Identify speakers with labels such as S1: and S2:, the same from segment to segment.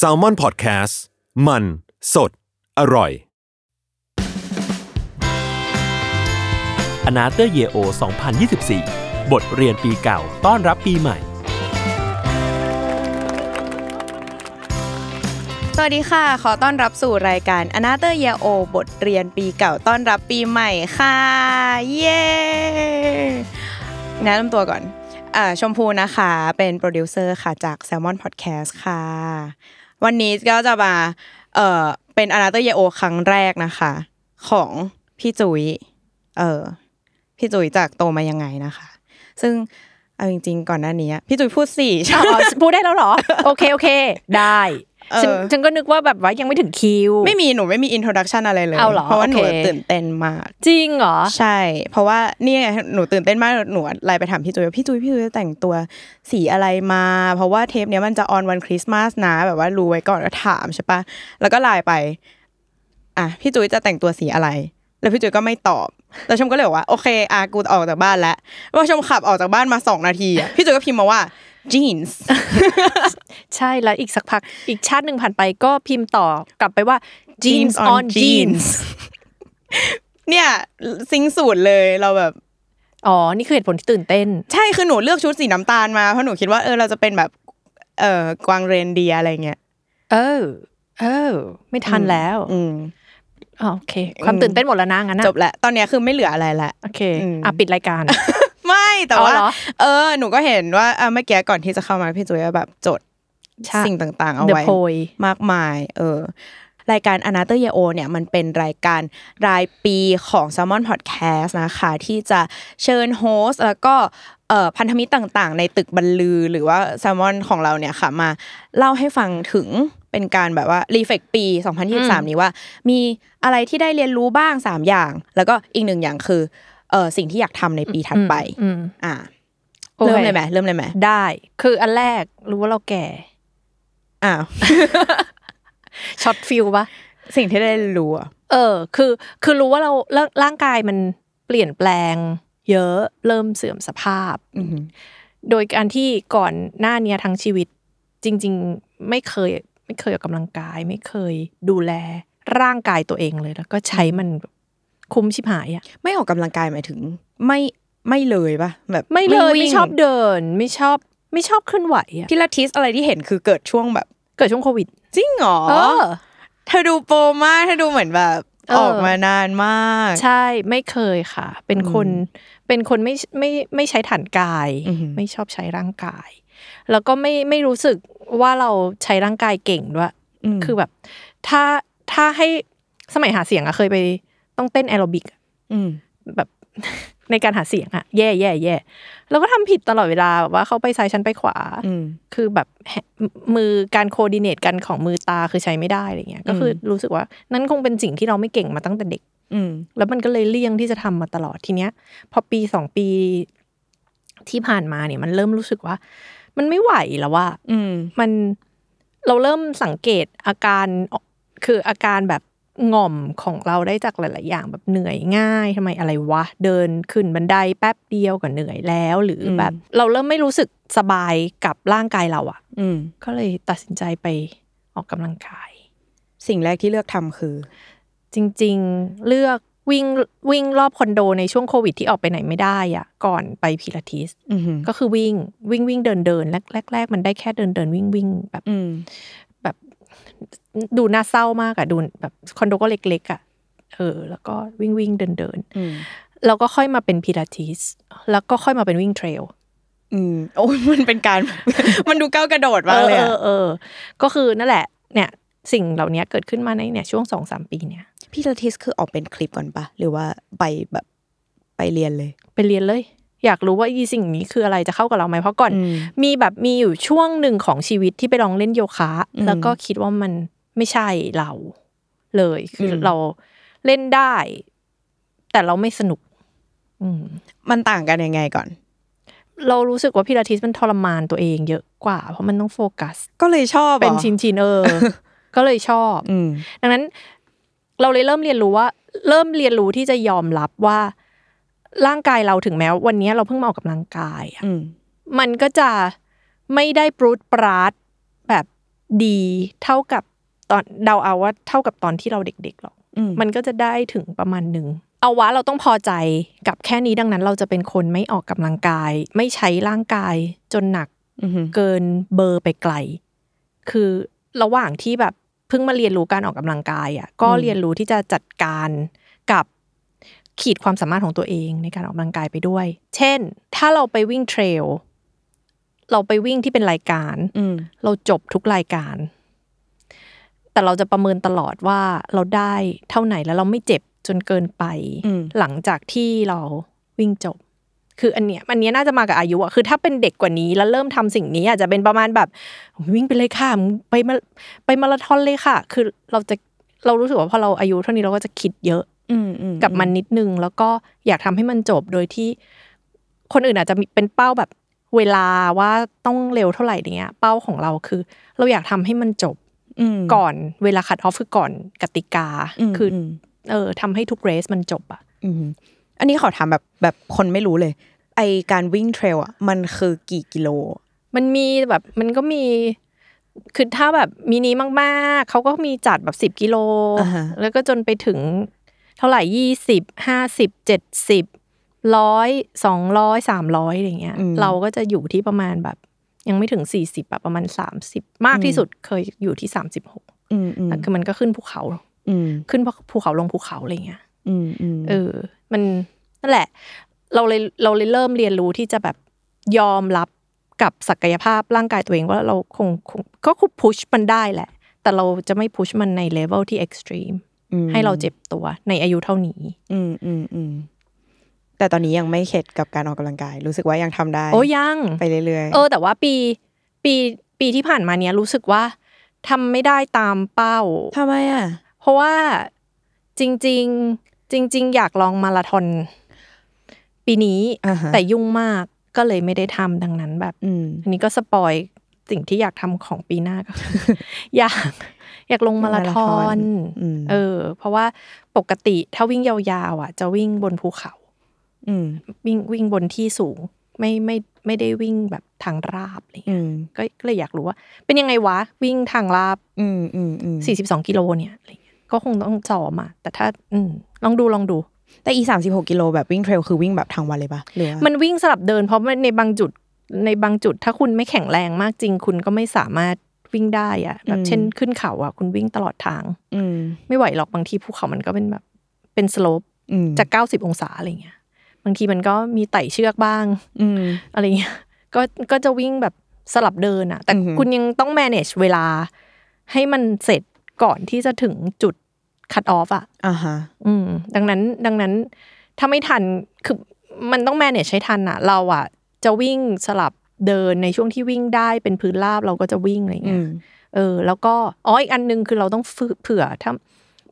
S1: s a l m o n PODCAST มันสดอร่อย
S2: อนาเตอร์เยโอ2024 บทเรียนปีเก่าต้อนรับปีใหม่
S3: สวัสดีค่ะ ขอต้อนรับสู่รายการ Another Year O บทเรียนปีเก่าต้อนรับปีใหม่ค่ะ เย้แนะนำตัวก่อนอาชมพูนะคะ เป็นโปรดิวเซอร์ค่ะจาก Salmon Podcast ค่ะ วันนี้ก็จะมาเอ่อเป็น Another Year O ครั้งแรกนะคะ ของพี่จุย๋ยเออพี่จุ๋ยจากโตมายังไงนะคะ ซึ่งเอาจริง ๆ ก่อนหน้านี้พี่จุ๋ยพูดสี่
S4: อ๋อพูดได้แล้วเหรอ โอเค โอเค ได้ฉัน
S3: เออ
S4: ฉันก็นึกว่าแบบว่ายังไม่ถึงคิว
S3: ไม่มีหนูไม่มีอินโทรดักชันอะไรเลย
S4: เอาเหรอ
S3: ราะว่าหนู
S4: โอเค
S3: ตื่นเต้นมาก
S4: จริงเหรอ
S3: ใช่ เพราะว่าเนี่ยไงหนูตื่นเต้นมากหนูไลน์ไปถามพี่จุ้ยว่าพี่จุ้ยพี่จุ้ยจะแต่งตัวสีอะไรมา เพราะว่าเทปเนี้ยมันจะออนวันคริสต์มาสนะแบบว่ารู้ไว้ก่อนแล้วถามใช่ปะแล้วก็ไลน์ไปอ่ะพี่จุ้ยจะแต่งตัวสีอะไร แล้วพี่จุ้ยก็ไม่ตอบแล้วชมก็เลยบอกว่าโอเคอากูออกจากบ้านแล้วว่าชมขับออกจากบ้านมาสองนาทีอะพี่จุ้ยก็พิมพ์มาว่า jeans
S4: ใช่แล้วอีกสักพักอีกชาติหนึ่งผ่านไปก็พิมพ์ต่อกลับไปว่า jeans on jeans
S3: เนี่ยซิงค์สูตรเลยเราแบบ
S4: อ๋อ นี่คือเหตุผลที่ตื่นเต้น
S3: ใช่คือหนูเลือกชุดสีน้ำตาลมาเพราะหนูคิดว่าเออเราจะเป็นแบบเออกวางเรนเดียร์อะไรเงี้ย
S4: เออ เออ ไม่ทันแล้ว
S3: อืม
S4: อ๋อโอเค ความ
S3: อืม
S4: ตื่นเต้นหมดแล้วนะงั้นนะ
S3: จบละตอนเนี้ยคือไม่เหลืออะไรละ
S4: โอเค
S3: อืม
S4: อ่ะปิดรายการ
S3: ไม่แต่ว่า
S4: อ๋อเหรอ
S3: เออ หนูก็เห็นว่าอ่ะเมื่อกี้ก่อนที่จะเข้ามาพี่จุ้ยก็แบบจด
S4: ใช่
S3: สิ่งต่างๆ เอา
S4: The
S3: ไว้
S4: Poy
S3: มากมาย เออ รายการ a n a t h e r y o เนี่ยมันเป็นรายการรายปีของ s ซ l m o n Podcast นะคะ ที่จะเชิญโฮสต์แล้วก็เอ่อพันธมิตรต่างๆ ในตึกบรรลือหรือว่า s ซ l m o n ของเราเนี่ยค่ะ มาเล่าให้ฟังถึงเป็นการแบบว่ารีเฟกปี 2023 นี้ว่า มีอะไรที่ได้เรียนรู้บ้าง 3 อย่าง แล้วก็อีกหนึ่งอย่างคือเออสิ่งที่อยากทำในปีถัดไป
S4: อืม
S3: อ่า
S4: โอค
S3: เริ่มเลยไหมเริ่มเลยไหม
S4: ได้ คืออันแรกรู้ว่าเราแก่
S3: อ้าว
S4: ช็อตฟิลปะ
S3: สิ่งที่ได้เรียนรู้อะ
S4: เออ คือ คือรู้ว่าเราร่างร่างกายมันเปลี่ยนแปลง เยอะ เริ่มเสื่อมสภาพ
S3: อืม
S4: โดยการที่ก่อนหน้าเนี้ยทั้งชีวิต จริง ๆ ไม่เคย ไม่เคยออกกำลังกาย ไม่เคยดูแลร่างกายตัวเองเลย แล้วก็ใช้มันแบบคุ้มชิบหายอะ
S3: ไม่ออกกำลังกายหมายถึงไม่ไม่เลยปะแบบ
S4: ไม่เลย
S3: วิ่ง
S4: ไม่ชอบเดิน ไม่ชอบ ไม่ชอบเคลื่อนไหวอะ
S3: พิลาทิสอะไรที่เห็นคือเกิดช่วงแบบ
S4: เกิดช่วงโควิด
S3: จริงเหรอ
S4: เออ
S3: เธอดูโปรมากเธอดูเหมือนแบบ
S4: เออ
S3: ออกมานานมาก
S4: ใช่ไม่เคยค่ะ เป็นคนเป็นคนไม่ไม่ไม่ใช้ฐานกาย
S3: อือหือ
S4: ไม่ชอบใช้ร่างกาย แล้วก็ไม่ไม่รู้สึกว่าเราใช้ร่างกายเก่งด้วย
S3: ม
S4: คือแบบ ถ้าถ้าให้สมัยหาเสียงอะเคยไปต้องเต้นแอโรบิกอะ
S3: อืม
S4: แบบ ในการหาเสียงอะแย่แย่แย่แล้วก็ทำผิดตลอดเวลาแบบว่าเขาไปซ้ายฉันไปขวา
S3: อืม
S4: คือแบบแฮะมมือการโคดิเนตกันของมือตาคือใช้ไม่ได้อะไรเงี้ย ก็คืออรู้สึกว่านั่นคงเป็นสิ่งที่เราไม่เก่งมาตั้งแต่เด็ก
S3: อืม
S4: แล้วมันก็เลยเลี่ยงที่จะทำมาตลอดทีเนี้ย พอปีสองปีที่ผ่านมาเนี่ยมันเริ่มรู้สึกว่า มันไม่ไหวแล้วว่า
S3: อืม
S4: มันเราเริ่มสังเกตอาการคืออาการแบบง่อมของเราได้จากหลาย ๆ อย่างแบบเหนื่อยง่ายทำไมอะไรวะ เดินขึ้นบันไดแป๊บเดียวก็เหนื่อยแล้ว หรืออ
S3: ม
S4: แบบ เราเริ่มไม่รู้สึกสบายกับร่างกายเราอะ
S3: อืม
S4: ก็เลยตัดสินใจไปออกกำลังกาย
S3: สิ่งแรกที่เลือกทำคือ
S4: จริงๆ เลือกวิ่งวิ่งรอบคอนโดในช่วงโควิดที่ออกไปไหนไม่ได้อะก่อนไปพิลาทิส
S3: อืม
S4: ก็คือวิ่งวิ่งวิ่งเดินเดินแรกแรกแรกมันได้แค่เดินเดินวิ่งวิ่งแบบ
S3: อืม
S4: แบบดูน่าเศร้ามากอะดูแบบคอนโดก็เล็กๆอะเออ แล้วก็วิ่งวิ่งเดินเดิน
S3: อืม
S4: แล้วก็ค่อยมาเป็นพิลาทิส แล้วก็ค่อยมาเป็นวิ่งเทรล
S3: อืมโอ้ยมันเป็นการ มันดูก้าวกระโดดมากเลย
S4: เอ
S3: อะ
S4: อเออ ก็คือนั่นแหละ เนี่ยสิ่งเหล่านี้เกิดขึ้นมาในเนี่ยช่วงสองสามปีเนี่ย
S3: พิลาทิสคือออกเป็นคลิปก่อนปะหรือว่าไปแบบไปเรียนเลย
S4: ไปเรียนเลย อยากรู้ว่าอีสิ่งนี้คืออะไรจะเข้ากับเราไหมเพราะก่อน
S3: อืม
S4: มีแบบมีอยู่ช่วงหนึ่งของชีวิตที่ไปลองเล่นโยคะ
S3: อืม
S4: แล้วก็คิดว่ามันไม่ใช่เราเลย คืออ
S3: ม
S4: เราเล่นได้ แต่เราไม่สนุก อืม
S3: มันต่างกันยังไงก่อน
S4: เรารู้สึกว่าพิลาทิสมันทรมานตัวเองเยอะกว่า เพราะมันต้องโฟกัส
S3: ก็เลยชอบหรอ
S4: เป็นชิ้นๆเอ อ ก็เลยชอบ
S3: อืม
S4: ดังนั้นเราเลยเริ่มเรียนรู้ว่า เริ่มเรียนรู้ที่จะยอมรับว่า ร่างกายเราถึงแม้วันนี้เราเพิ่งมาออกกำลังกายอะ
S3: อืม
S4: มันก็จะไม่ได้ปรุดปราดแบบดีเท่ากับตอนเดาเอาว่าเท่ากับตอนที่เราเด็กๆหรอก
S3: อืม
S4: มันก็จะได้ถึงประมาณหนึ่ง เอาวะเราต้องพอใจกับแค่นี้ดังนั้น เราจะเป็นคนไม่ออกกำลังกาย ไม่ใช้ร่างกายจนหนัก
S3: อือหือ
S4: เกินเบอร์ไปไกล คือระหว่างที่แบบเพิ่งมาเรียนรู้การออกกำลังกายอ่ะก็
S3: อืม
S4: เรียนรู้ที่จะจัดการกับขีดความสามารถของตัวเองในการออกกำลังกายไปด้วย เช่น ถ้าเราไปวิ่งเทรลเราไปวิ่งที่เป็นรายการ
S3: อืม
S4: เราจบทุกรายการ แต่เราจะประเมินตลอดว่าเราได้เท่าไหนแล้วเราไม่เจ็บจนเกินไป
S3: อืม
S4: หลังจากที่เราวิ่งจบ คืออันเนี้ยอันเนี้ยน่าจะมากับอายุอะคือถ้าเป็นเด็กกว่านี้แล้วเริ่มทำสิ่งนี้อาจจะเป็นประมาณแบบวิ่งไปเลยค่ะไปมาไปมาราธอนเลยค่ะ คือเราจะเรารู้สึกว่าพอเราอายุเท่านี้เราก็จะคิดเยอะ
S3: อืมอื
S4: กับมันนิดนึง แล้วก็อยากทำให้มันจบโดยที่คนอื่นอาจจะมีเป็นเป้าแบบเวลาว่าต้องเร็วเท่าไหร่อย่างเงี้ย เป้าของเราคือ เราอยากทำให้มันจบ
S3: อืม
S4: ก่อนเวลาคัดออฟคือก่อนกติกา
S3: อืม
S4: คืออ
S3: ม
S4: เออทำให้ทุกเรสมันจบอะ
S3: อืมอันนี้ขอถามแบบแบบคนไม่รู้เลย ไอการวิ่งเทรลอ่ะมันคือกี่กิโล
S4: มันมีแบบมันก็มี คือถ้าแบบมินิมากๆ เขาก็มีจัดแบบสิบ10กิโล
S3: อ่าฮะ
S4: แล้วก็จนไปถึงเท่าไหร่ยี่สิบห้าสิบเจ็ดสิบร้อยสองร้อยสามร้อยอย่างเงี้ย
S3: อืม
S4: เราก็จะอยู่ที่ประมาณแบบ ยังไม่ถึงสี่สิบประมาณสามสิบมากที่
S3: อืม
S4: สุดเคยอยู่ที่สามสิบหก
S3: อืมอืม
S4: คือมันก็ขึ้นภูเขา
S3: อืม
S4: ขึ้นภูเขาลงภูเขาอะไรเงี้ย
S3: อืมอืม
S4: เออ มันนั่นแหละ เราเลยเราเลยเริ่มเรียนรู้ที่จะแบบยอมรับกับศักยภาพร่างกายตัวเองว่าเราคงคงก็คุพุชมันได้แหละ แต่เราจะไม่พุชมันในเลเวลที่เอ็กซ์ตรีม
S3: ม
S4: ให้เราเจ็บตัวในอายุเท่านี้
S3: อืมอืมอืมแต่ตอนนี้ยังไม่เข็ดกับการออกกำลังกาย รู้สึกว่ายังทำได้
S4: โอ้ยัง
S3: ไปเรื่อยๆ
S4: เออ แต่ว่าปีปีปีที่ผ่านมาเนี้ยรู้สึกว่าทำไม่ได้ตามเป้า
S3: ทำไมอ่ะ
S4: เพราะว่าจริง ๆ จริง ๆ อยากลองมาราธอนปีนี้
S3: อ่าฮะ
S4: แต่ยุ่งมากก็เลยไม่ได้ทำดังนั้นแบบ
S3: อืม
S4: อันนี้ก็สปอยสิ่งที่อยากทำของปีหน้า ก็คือ อยากอยากลงมาราธอ
S3: มาราธอน
S4: น
S3: อืม
S4: เออ เพราะว่าปกติถ้าวิ่งยาวๆอ่ะ จะวิ่งบนภูเขา
S3: อืม
S4: วิ่งวิ่งบนที่สูง ไม่ไม่ไม่ได้วิ่งแบบทางราบอะไร
S3: อื
S4: เงี้ย
S3: ม
S4: ก็ก็เลยอยากรู้ว่า เป็นยังไงวะ วิ่งทางราบ
S3: อืมอืมอืม
S4: 42กิโลเนี่ยอะไรเงี้ยก็คงต้องจอมาแต่ถ้าอืมลองดูลองดู
S3: แต่อีสามสิบหกกิโลแบบวิ่งเทรลคือวิ่งแบบทางวันเลยปะหรือว่ามั
S4: มันวิ่งสลับเดิน เพราะมันในบางจุดในบางจุด ถ้าคุณไม่แข็งแรงมากจริง คุณก็ไม่สามารถวิ่งได้อะแบบเช่นขึ้นเขาอะคุณวิ่งตลอดทาง
S3: อืม
S4: ไม่ไหวหรอกบางทีภูเขามันก็เป็นแบบเป็นสโลป
S3: อืม
S4: จาก 90 องศาอะไรเงี้ยบางทีมันก็มีไต่เชือกบ้าง
S3: อืม
S4: อะไรเงี้ย ก็ ก็จะวิ่งแบบสลับเดินอะแต่
S3: อือหือ
S4: คุณยังต้อง manage เวลา ให้มันเสร็จก่อนที่จะถึงจุด cut off อะ
S3: อ่าฮะ
S4: อืม ดังนั้น ดังนั้น ถ้าไม่ทัน คือ มันต้อง manage ให้ทันอะเราอะจะวิ่งสลับเดินในช่วงที่วิ่งได้เป็นพื้นราบเราก็จะวิ่งอะไร
S3: อื
S4: เงี้ย
S3: ม
S4: เออ แล้วก็ อ๋อ อีกอันหนึงคือเราต้องฝึกเผื่อ ถ้า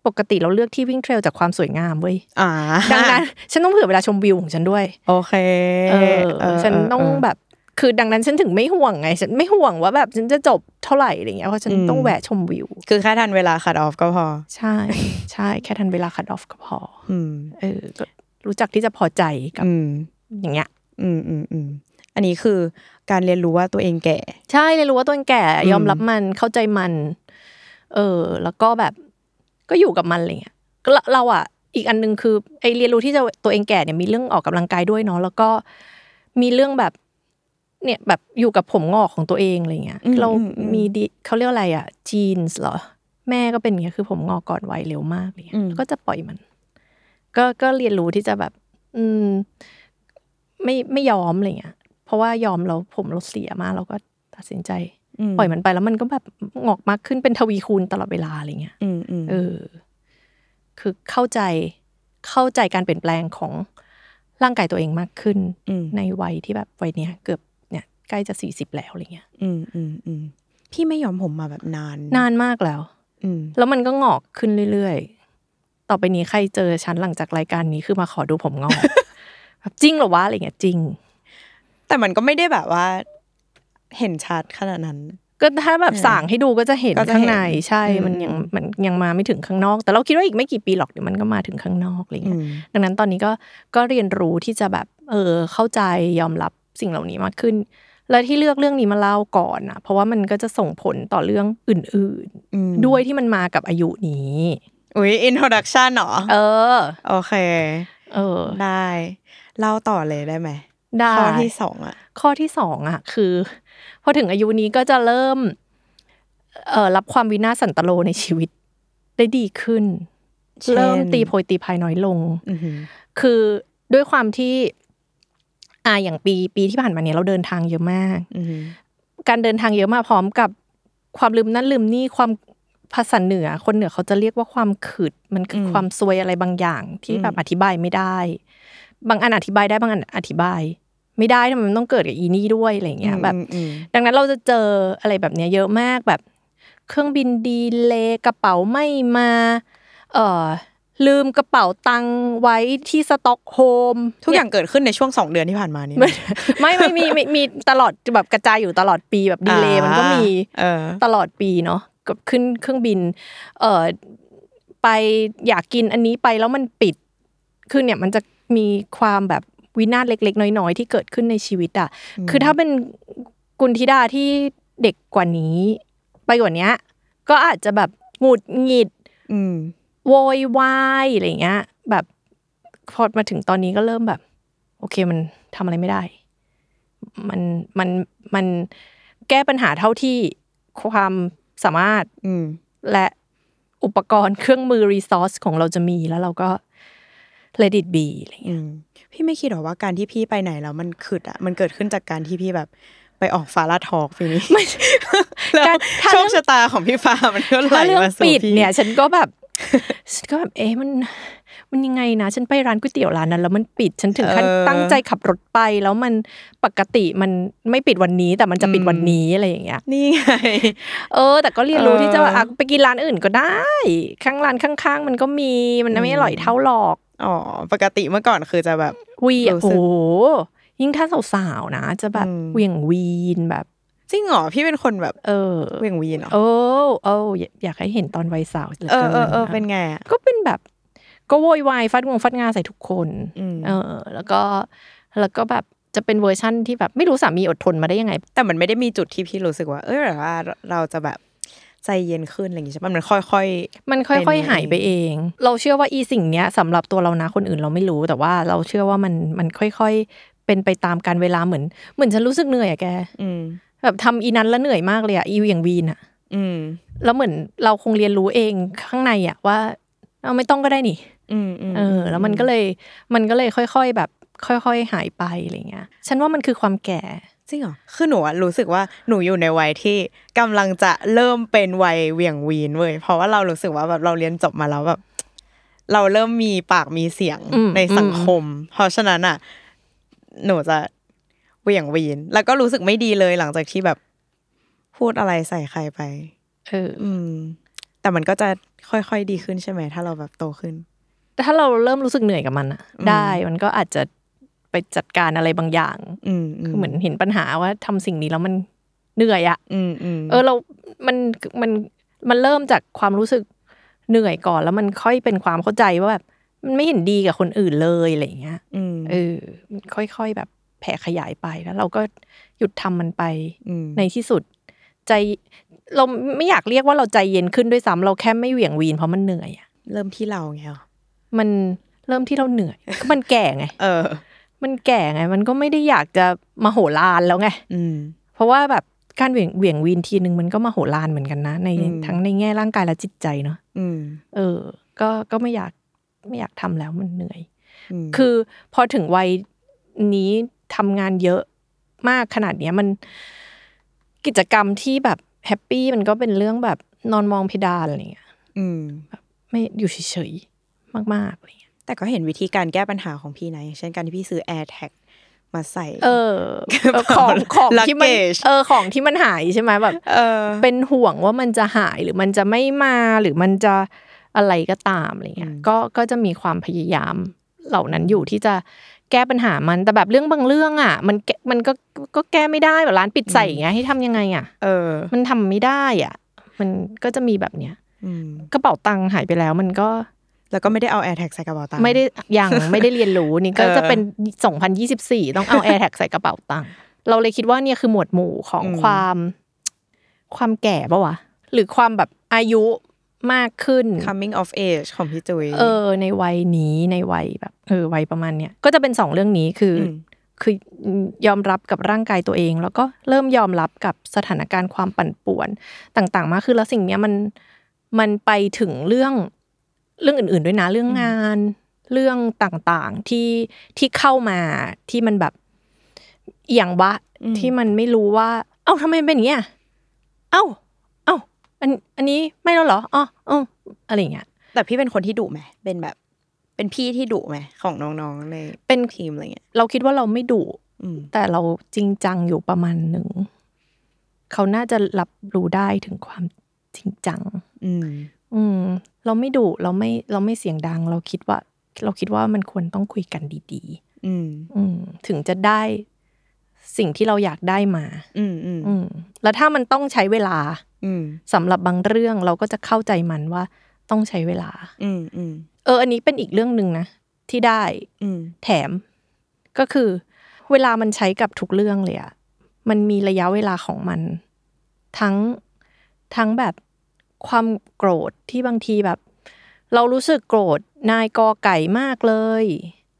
S4: ปกติเราเลือกที่วิ่งเทรลจากความสวยงามเว้ย
S3: อ่า
S4: ดังนั้น ฉันต้องเผื่อเวลาชมวิวของฉันด้วย
S3: โอเค
S4: เอ
S3: เ
S4: อฉันต้อง
S3: เเ
S4: แบบคือดังนั้นฉันถึงไม่ห่วงไง ฉันไม่ห่วงว่าแบบฉันจะจบเท่าไหร่อะไรเงี้ยเพราะฉัน
S3: อืม
S4: ต้องแวะชมวิว
S3: คือแค่ทันเวลาคัดออฟก็พอ
S4: ใช่ ใช่แค่ทันเวลาคัดออฟก็พอ
S3: อืม
S4: เออก็รู้จักที่จะพอใจกับ
S3: อืม
S4: อย่างเงี้ย
S3: อืมอืมอืมอันนี้คือการเรียนรู้ว่าตัวเองแก่
S4: ใช่เลยรู้ว่าตัวเองแก่ยอมรับมันเข้าใจมัน เออ แล้วก็แบบก็อยู่กับมันอะไรเงี้ยก็เราเราอ่ะ อีกอันหนึงคือไอเรียนรู้ที่จะตัวเองแก่เนี่ยมีเรื่องออกกำลังกายด้วยเนาะแล้วก็มีเรื่องแบบ เนี่ยแบบอยู่กับผมงอกของตัวเองอะไรเงี้ย
S3: อืม
S4: เรา
S3: อืมอืม
S4: มีดีเขาเรียกอะไรอ่ะจีนส์เหรอ แม่ก็เป็นอย่างเงี้ยคือผมงอกก่อนวัยเร็วมากเลย
S3: อืม
S4: แล้วก็จะปล่อยมัน ก็ก็เรียนรู้ที่จะแบบ อืม ไม่ไม่ยอมอะไรเงี้ย เพราะว่ายอมเราผมเราเสียมากเราก็ตัดสินใจ ปล่อยมันไปแล้วมันก็แบบงอกมากขึ้นเป็นทวีคูณตลอดเวลาอะไรเงี้ย
S3: อืมอืม
S4: เออ คือเข้าใจเข้าใจการเปลี่ยนแปลงของ ร่างกายตัวเองมากขึ้น
S3: อืม
S4: ในวัยที่แบบวัยเนี้ยเกือบเนี่ยใกล้จะสี่สิบแล้วอะไรเงี้ย
S3: อืมอืมอืมพี่ไม่ยอมผมมาแบบนาน
S4: นานมากแล้ว
S3: อืม
S4: แล้วมันก็งอกขึ้นเรื่อยๆ ต่อไปนี้ใครเจอฉันหลังจากรายการนี้คือมาขอดูผมงอก แบบจริงเหรอวะอะไรเงี้ยจริง
S3: แต่มันก็ไม่ได้แบบว่า เห็นชัดขนาดนั้น
S4: ก็ถ้าแบบ
S3: เออ
S4: สั่งให้ดูก็จะเห็น
S3: ก็จะเห็น
S4: ข้างในใช่
S3: อืม
S4: มันยังมันยังมาไม่ถึงข้างนอก แต่เราคิดว่าอีกไม่กี่ปีหรอกเดี๋ยวมันก็มาถึงข้างนอกอะไรเงี้ย ดังนั้นตอนนี้ก็ก็เรียนรู้ที่จะแบบเออเข้าใจยอมรับสิ่งเหล่านี้มากขึ้น และที่เลือกเรื่องนี้มาเล่าก่อนอ่ะ เพราะว่ามันก็จะส่งผลต่อเรื่องอื่น
S3: อืม
S4: ๆ ด้วยที่มันมากับอายุนี้
S3: อุ้ยอินโทรดักชันเหรอ
S4: เออ
S3: โอเค
S4: เออ
S3: ได้ เล่าต่อเลยได้ไหม
S4: ได้
S3: ข้อที่สองอ่ะ
S4: ข้อที่สองอ่ะคือพอถึงอายุนี้ก็จะเริ่มเอ่อรับความวินาศสันตโลในชีวิตได้ดีขึ้น
S3: เช่น
S4: เริ่มตีโพยตีพายน้อยลง
S3: อือหือ
S4: คือด้วยความที่อ่าอย่างปีปีที่ผ่านมาเนี่ยเราเดินทางเยอะมาก
S3: อือหือ
S4: การเดินทางเยอะมาพร้อมกับความลืมนั่นลืมนี่ความภาษาเหนือ คนเหนือเขาจะเรียกว่าความขืดมันคืออความซวยอะไรบางอย่างที่แบบอธิบายไม่ได้ บางอันอธิบายได้บางอันอธิบาย ไม่ได้ทำไมมันต้องเกิดกับอีนี่ด้วยอะไรอย่างเงี้ยแบบ
S3: อืมอืม
S4: ดังนั้นเราจะเจออะไรแบบเนี้ยเยอะมากแบบ เครื่องบินดีเลย์กระเป๋าไม่มาเอ่อลืมกระเป๋าตังค์ไว้ที่สต็อกโฮล์ม
S3: ทุกอย่างเกิดขึ้นในช่วงสองเดือนที่ผ่านมานี้นะ
S4: ไม่ไม่มีมีมีตลอดแบบกระจายอยู่ตลอดปีแบบดีเลย์มันก็มี
S3: เออ
S4: ตลอดปีเนาะกับขึ้นเครื่องบิน เออไปอยากกินอันนี้ไปแล้วมันปิด คือเนี่ยมันจะมีความแบบวินาศเล็ก ๆ น้อยๆที่เกิดขึ้นในชีวิตอ่ะ คือถ้าเป็นกุนธิดาที่เด็กกว่านี้ ไปกว่าเนี้ย ก็อาจจะแบบหงุดหงิด
S3: อืม
S4: โวยวายอะไรอย่างเงี้ย แบบพอมาถึงตอนนี้ก็เริ่มแบบ โอเคมันทำอะไรไม่ได้ มันมันมันแก้ปัญหาเท่าที่ความสามารถ
S3: อืม
S4: และอุปกรณ์เครื่องมือรีซอสของเราจะมีแล้วเราก็ let it be อะไรอย่างเงี้ย
S3: อืมพี่ไม่คิดหรอกว่าการที่พี่ไปไหนแล้วมันขึ้นอ่ะ มันเกิดขึ้นจากการที่พี่แบบไปออกฟาราทอกปีนี้แล้ว
S4: การถ้า
S3: โช
S4: เรื่
S3: ค
S4: อง
S3: ชะตาของพี่ฟ้ามันก็ไหล
S4: ถ้าเรื่อง
S3: มาสู่
S4: ปิด
S3: พี่
S4: เนี่ยฉันก็แบบ ฉันก็แบบเอ๊ะมัน มันยังไงนะ ฉันไปร้านก๋วยเตี๋ยวร้านนั้น แล้วมันปิดฉันถึงขั้น
S3: เออ
S4: ตั้งใจขับรถไป แล้วมันปกติมันไม่ปิดวันนี้ แต่มันจะปิดวันนี้อะไรอย่างเงี้ย
S3: นี่ไง
S4: เออ แต่ก็เรียนรู้
S3: เออ
S4: ที่จะว่าอ่ะไปกินร้านอื่นก็ได้ ข้างร้านข้าง ๆ มันก็มีมันไม่
S3: อืม
S4: อร่อยเท่าหรอก
S3: อ๋อปกติเมื่อก่อนคือจะแบบ
S4: วีอ่ะ
S3: รู้
S4: โอ้
S3: สึก
S4: โหยิ่งถ้าสาวๆนะ จะแบบ
S3: อืม
S4: เหวียงวีนแบบ
S3: จริงเหรอพี่เป็นคนแบบ
S4: เออ
S3: เวียงวีนเหรอ
S4: โอ้โอ้อยากอยากให้เห็นตอนวัยสาวหลื
S3: เออ
S4: กิ
S3: เออเออ
S4: นะ
S3: เป็นไงอะ
S4: ก็เป็นแบบ ก็โวยวายฟาดงวงฟาดงาใส่ทุกคน
S3: อืม
S4: เออ แล้วก็แล้วก็แบบจะเป็นเวอร์ชั่นที่แบบไม่รู้สามีอดทนมาได้ยังไง
S3: แต่มันไม่ได้มีจุดที่พี่รู้สึกว่า เออแบบว่าเราจะแบบใจเย็นขึ้นอะไรอย่างงี้ใช่ปะมันค่อย
S4: มันค่
S3: เป็
S4: อย
S3: น
S4: ๆ หายไปเอง เราเชื่อว่าอีสิ่งเนี้ยสำหรับตัวเรานะคนอื่นเราไม่รู้ แต่ว่าเราเชื่อว่ามันมันค่อยๆ เป็นไปตามการเวลาเหมือน เหมือนฉันรู้สึกเหนื่อยอะแก
S3: ๆ อืม
S4: แบบทำอีนั้นแล้วเหนื่อยมากเลยอะอีอย่างวีนอะ
S3: อืม
S4: แล้วเหมือนเราคงเรียนรู้เองข้างในอะว่าเราไม่ต้องก็ได้นี่
S3: อืมอืม
S4: เออ แล้วมันก็เลยมันก็เลยค่อยๆ แบบ ค่อยๆ หายไปอะไรเงี้ย ฉันว่ามันคือความแก่
S3: จริงเหรอคือหนูอะรู้สึกว่าหนูอยู่ในวัยที่กำลังจะเริ่มเป็นวัยเหวี่ยงวีนเว้ยเพราะว่าเรารู้สึกว่าแบบเราเรียนจบมาแล้วแบบ เราเริ่มมีปากมีเสียง
S4: อืม
S3: ในสังคม เพราะฉะนั้นอ่ะ หนูจะเหวี่ยงวีน แล้วก็รู้สึกไม่ดีเลยหลังจากที่แบบพูดอะไรใส่ใครไป
S4: เออ
S3: อืม แต่มันก็จะค่อยๆดีขึ้นใช่ไหมถ้าเราแบบโตขึ้น
S4: แต่ถ้าเราเริ่มรู้สึกเหนื่อยกับมันอะ
S3: อืม
S4: ได้มันก็อาจจะไปจัดการอะไรบางอย่าง
S3: อืม
S4: คือเหมือนเห็นปัญหาว่าทำสิ่งนี้แล้วมันเหนื่อยอะ
S3: อืมอืม
S4: เออเรา มัน มัน มันเริ่มจากความรู้สึกเหนื่อยก่อนแล้วมันค่อยเป็นความเข้าใจว่าแบบมันไม่เห็นดีกับคนอื่นเลยอะไรอย่างเงี้ย
S3: อืม
S4: เออมันค่อย ๆแบบแผ่ขยายไปแล้ว เราก็หยุดทำมันไป
S3: อืม
S4: ในที่สุด ใจเราไม่อยากเรียกว่าเราใจเย็นขึ้นด้วยซ้ำเราแค่ไม่เหวี่ยงวีนเพราะมันเหนื่อยอะ
S3: เริ่มที่เราไงเหรอ
S4: มันเริ่มที่เราเหนื่อย ก็มันแก่ไง
S3: เออ
S4: มันแก่ไง มันก็ไม่ได้อยากจะมาโหฬารแล้วไง
S3: อืม
S4: เพราะว่าแบบการเหวี่ยงเหวี่ยงวีนทีนึงมันก็มาโหฬารเหมือนกันนะ ใน
S3: อืม
S4: ทั้งในแง่ร่างกายและจิตใจเนาะ
S3: อืม
S4: เออ ก็ก็ไม่อยากไม่อยากทำแล้วมันเหนื่อย
S3: ม
S4: คือพอถึงวัยนี้ทำงานเยอะมากขนาดเนี้ยมันกิจกรรมที่แบบแฮปปี้มันก็เป็นเรื่องแบบนอนมองเพดานอะไรเงี้ย
S3: อืม
S4: ไม่อยู่เฉยๆมากๆอะไรเงี้ย
S3: แ แต่ก็เห็นวิธีการแก้ปัญหาของพี่นะอย่างเช่นการที่พี่ซื้อ Air Tag มาใส่
S4: เออเอ อของของที่มัน
S3: Luggage
S4: เออของที่มันหายใช่ไหมแบบ
S3: เออ
S4: เป็นห่วงว่ามันจะหายหรือมันจะไม่มาหรือมันจะอะไรก็ตามอะไรเงี้ย
S3: อืม
S4: ก็ก็จะมีความพยายามเหล่านั้นอยู่ที่จะแก้ปัญหามันแต่แบบเรื่องบางเรื่องอ่ะ มันแกมันก็ก็แก้ไม่ได้แบบร้านปิดใส่อย่างเงี้ยให้ทำยังไงอ่ะ
S3: เออ
S4: มันทำไม่ได้อ่ะ มันก็จะมีแบบเนี้ย
S3: อืม
S4: กระเป๋าตังค์หายไปแล้วมันก็
S3: แล้วก็ไม่ได้เอา Air Tag ใส่กระเป๋าตังค์
S4: ไม่ได้ยัง ไม่ได้เรียนรู้นี่ก็
S3: เออ
S4: จะเป็น 2024 ต้องเอา AirTag ใส่กระเป๋าตังค์เราเลยคิดว่าเนี่ยคือหมวดหมู่ของ
S3: อืม
S4: ความ ความแก่ปะวะ หรือความแบบอายุมากขึ้น
S3: coming of age ของพี่จุ้ย
S4: เออ ในวัยนี้ในวัยแบบเออวัยประมาณเนี้ยก็จะเป็นสองเรื่องนี้คืออ
S3: ม
S4: คือยอมรับกับร่างกายตัวเอง แล้วก็เริ่มยอมรับกับสถานการณ์ความปั่นป่วน ต่างๆ มากคือแล้วสิ่งเนี้ยมันมันไปถึงเรื่องเรื่องอื่น ๆ ด้วยนะเรื่องงาน เรื่องต่างๆที่ที่เข้ามาที่มันแบบเอย่างวะ
S3: อืม
S4: ที่มันไม่รู้ว่า เอ้าทำไมเป็นอย่างเงี้ยเอ้าเอ้าอันอันนี้ไม่แล้วเหรออ๋ออ๋ออะไรอย่างเงี้ย
S3: แต่พี่เป็นคนที่ดุไหมเป็นแบบ เป็นพี่ที่ดุไหมของน้องๆใน
S4: เป็น
S3: ทีมอะไรเงี้ย
S4: เราคิดว่าเราไม่ดุ
S3: อืม
S4: แต่เราจริงจังอยู่ประมาณหนึ่ง เขาน่าจะรับรู้ได้ถึงความจริงจัง
S3: อืม
S4: อืม เราไม่ดุเราไม่เราไม่เสียงดัง เราคิดว่า เราคิดว่ามันควรต้องคุยกันดี
S3: อืม
S4: ๆ อืม ถึงจะได้สิ่งที่เราอยากได้มา
S3: อืมอืม
S4: อืม แล้วถ้ามันต้องใช้เวลา
S3: อืม
S4: สำหรับบางเรื่องเราก็จะเข้าใจมันว่าต้องใช้เวลา
S3: อืมอืม
S4: เออ อันนี้เป็นอีกเรื่องหนึ่งนะที่ได้
S3: อืม
S4: แถมก็คือเวลามันใช้กับทุกเรื่องเลยอะมันมีระยะเวลาของมัน ทั้งทั้งแบบความโกรธที่บางทีแบบ เรารู้สึกโกรธนายกอไก่มากเลย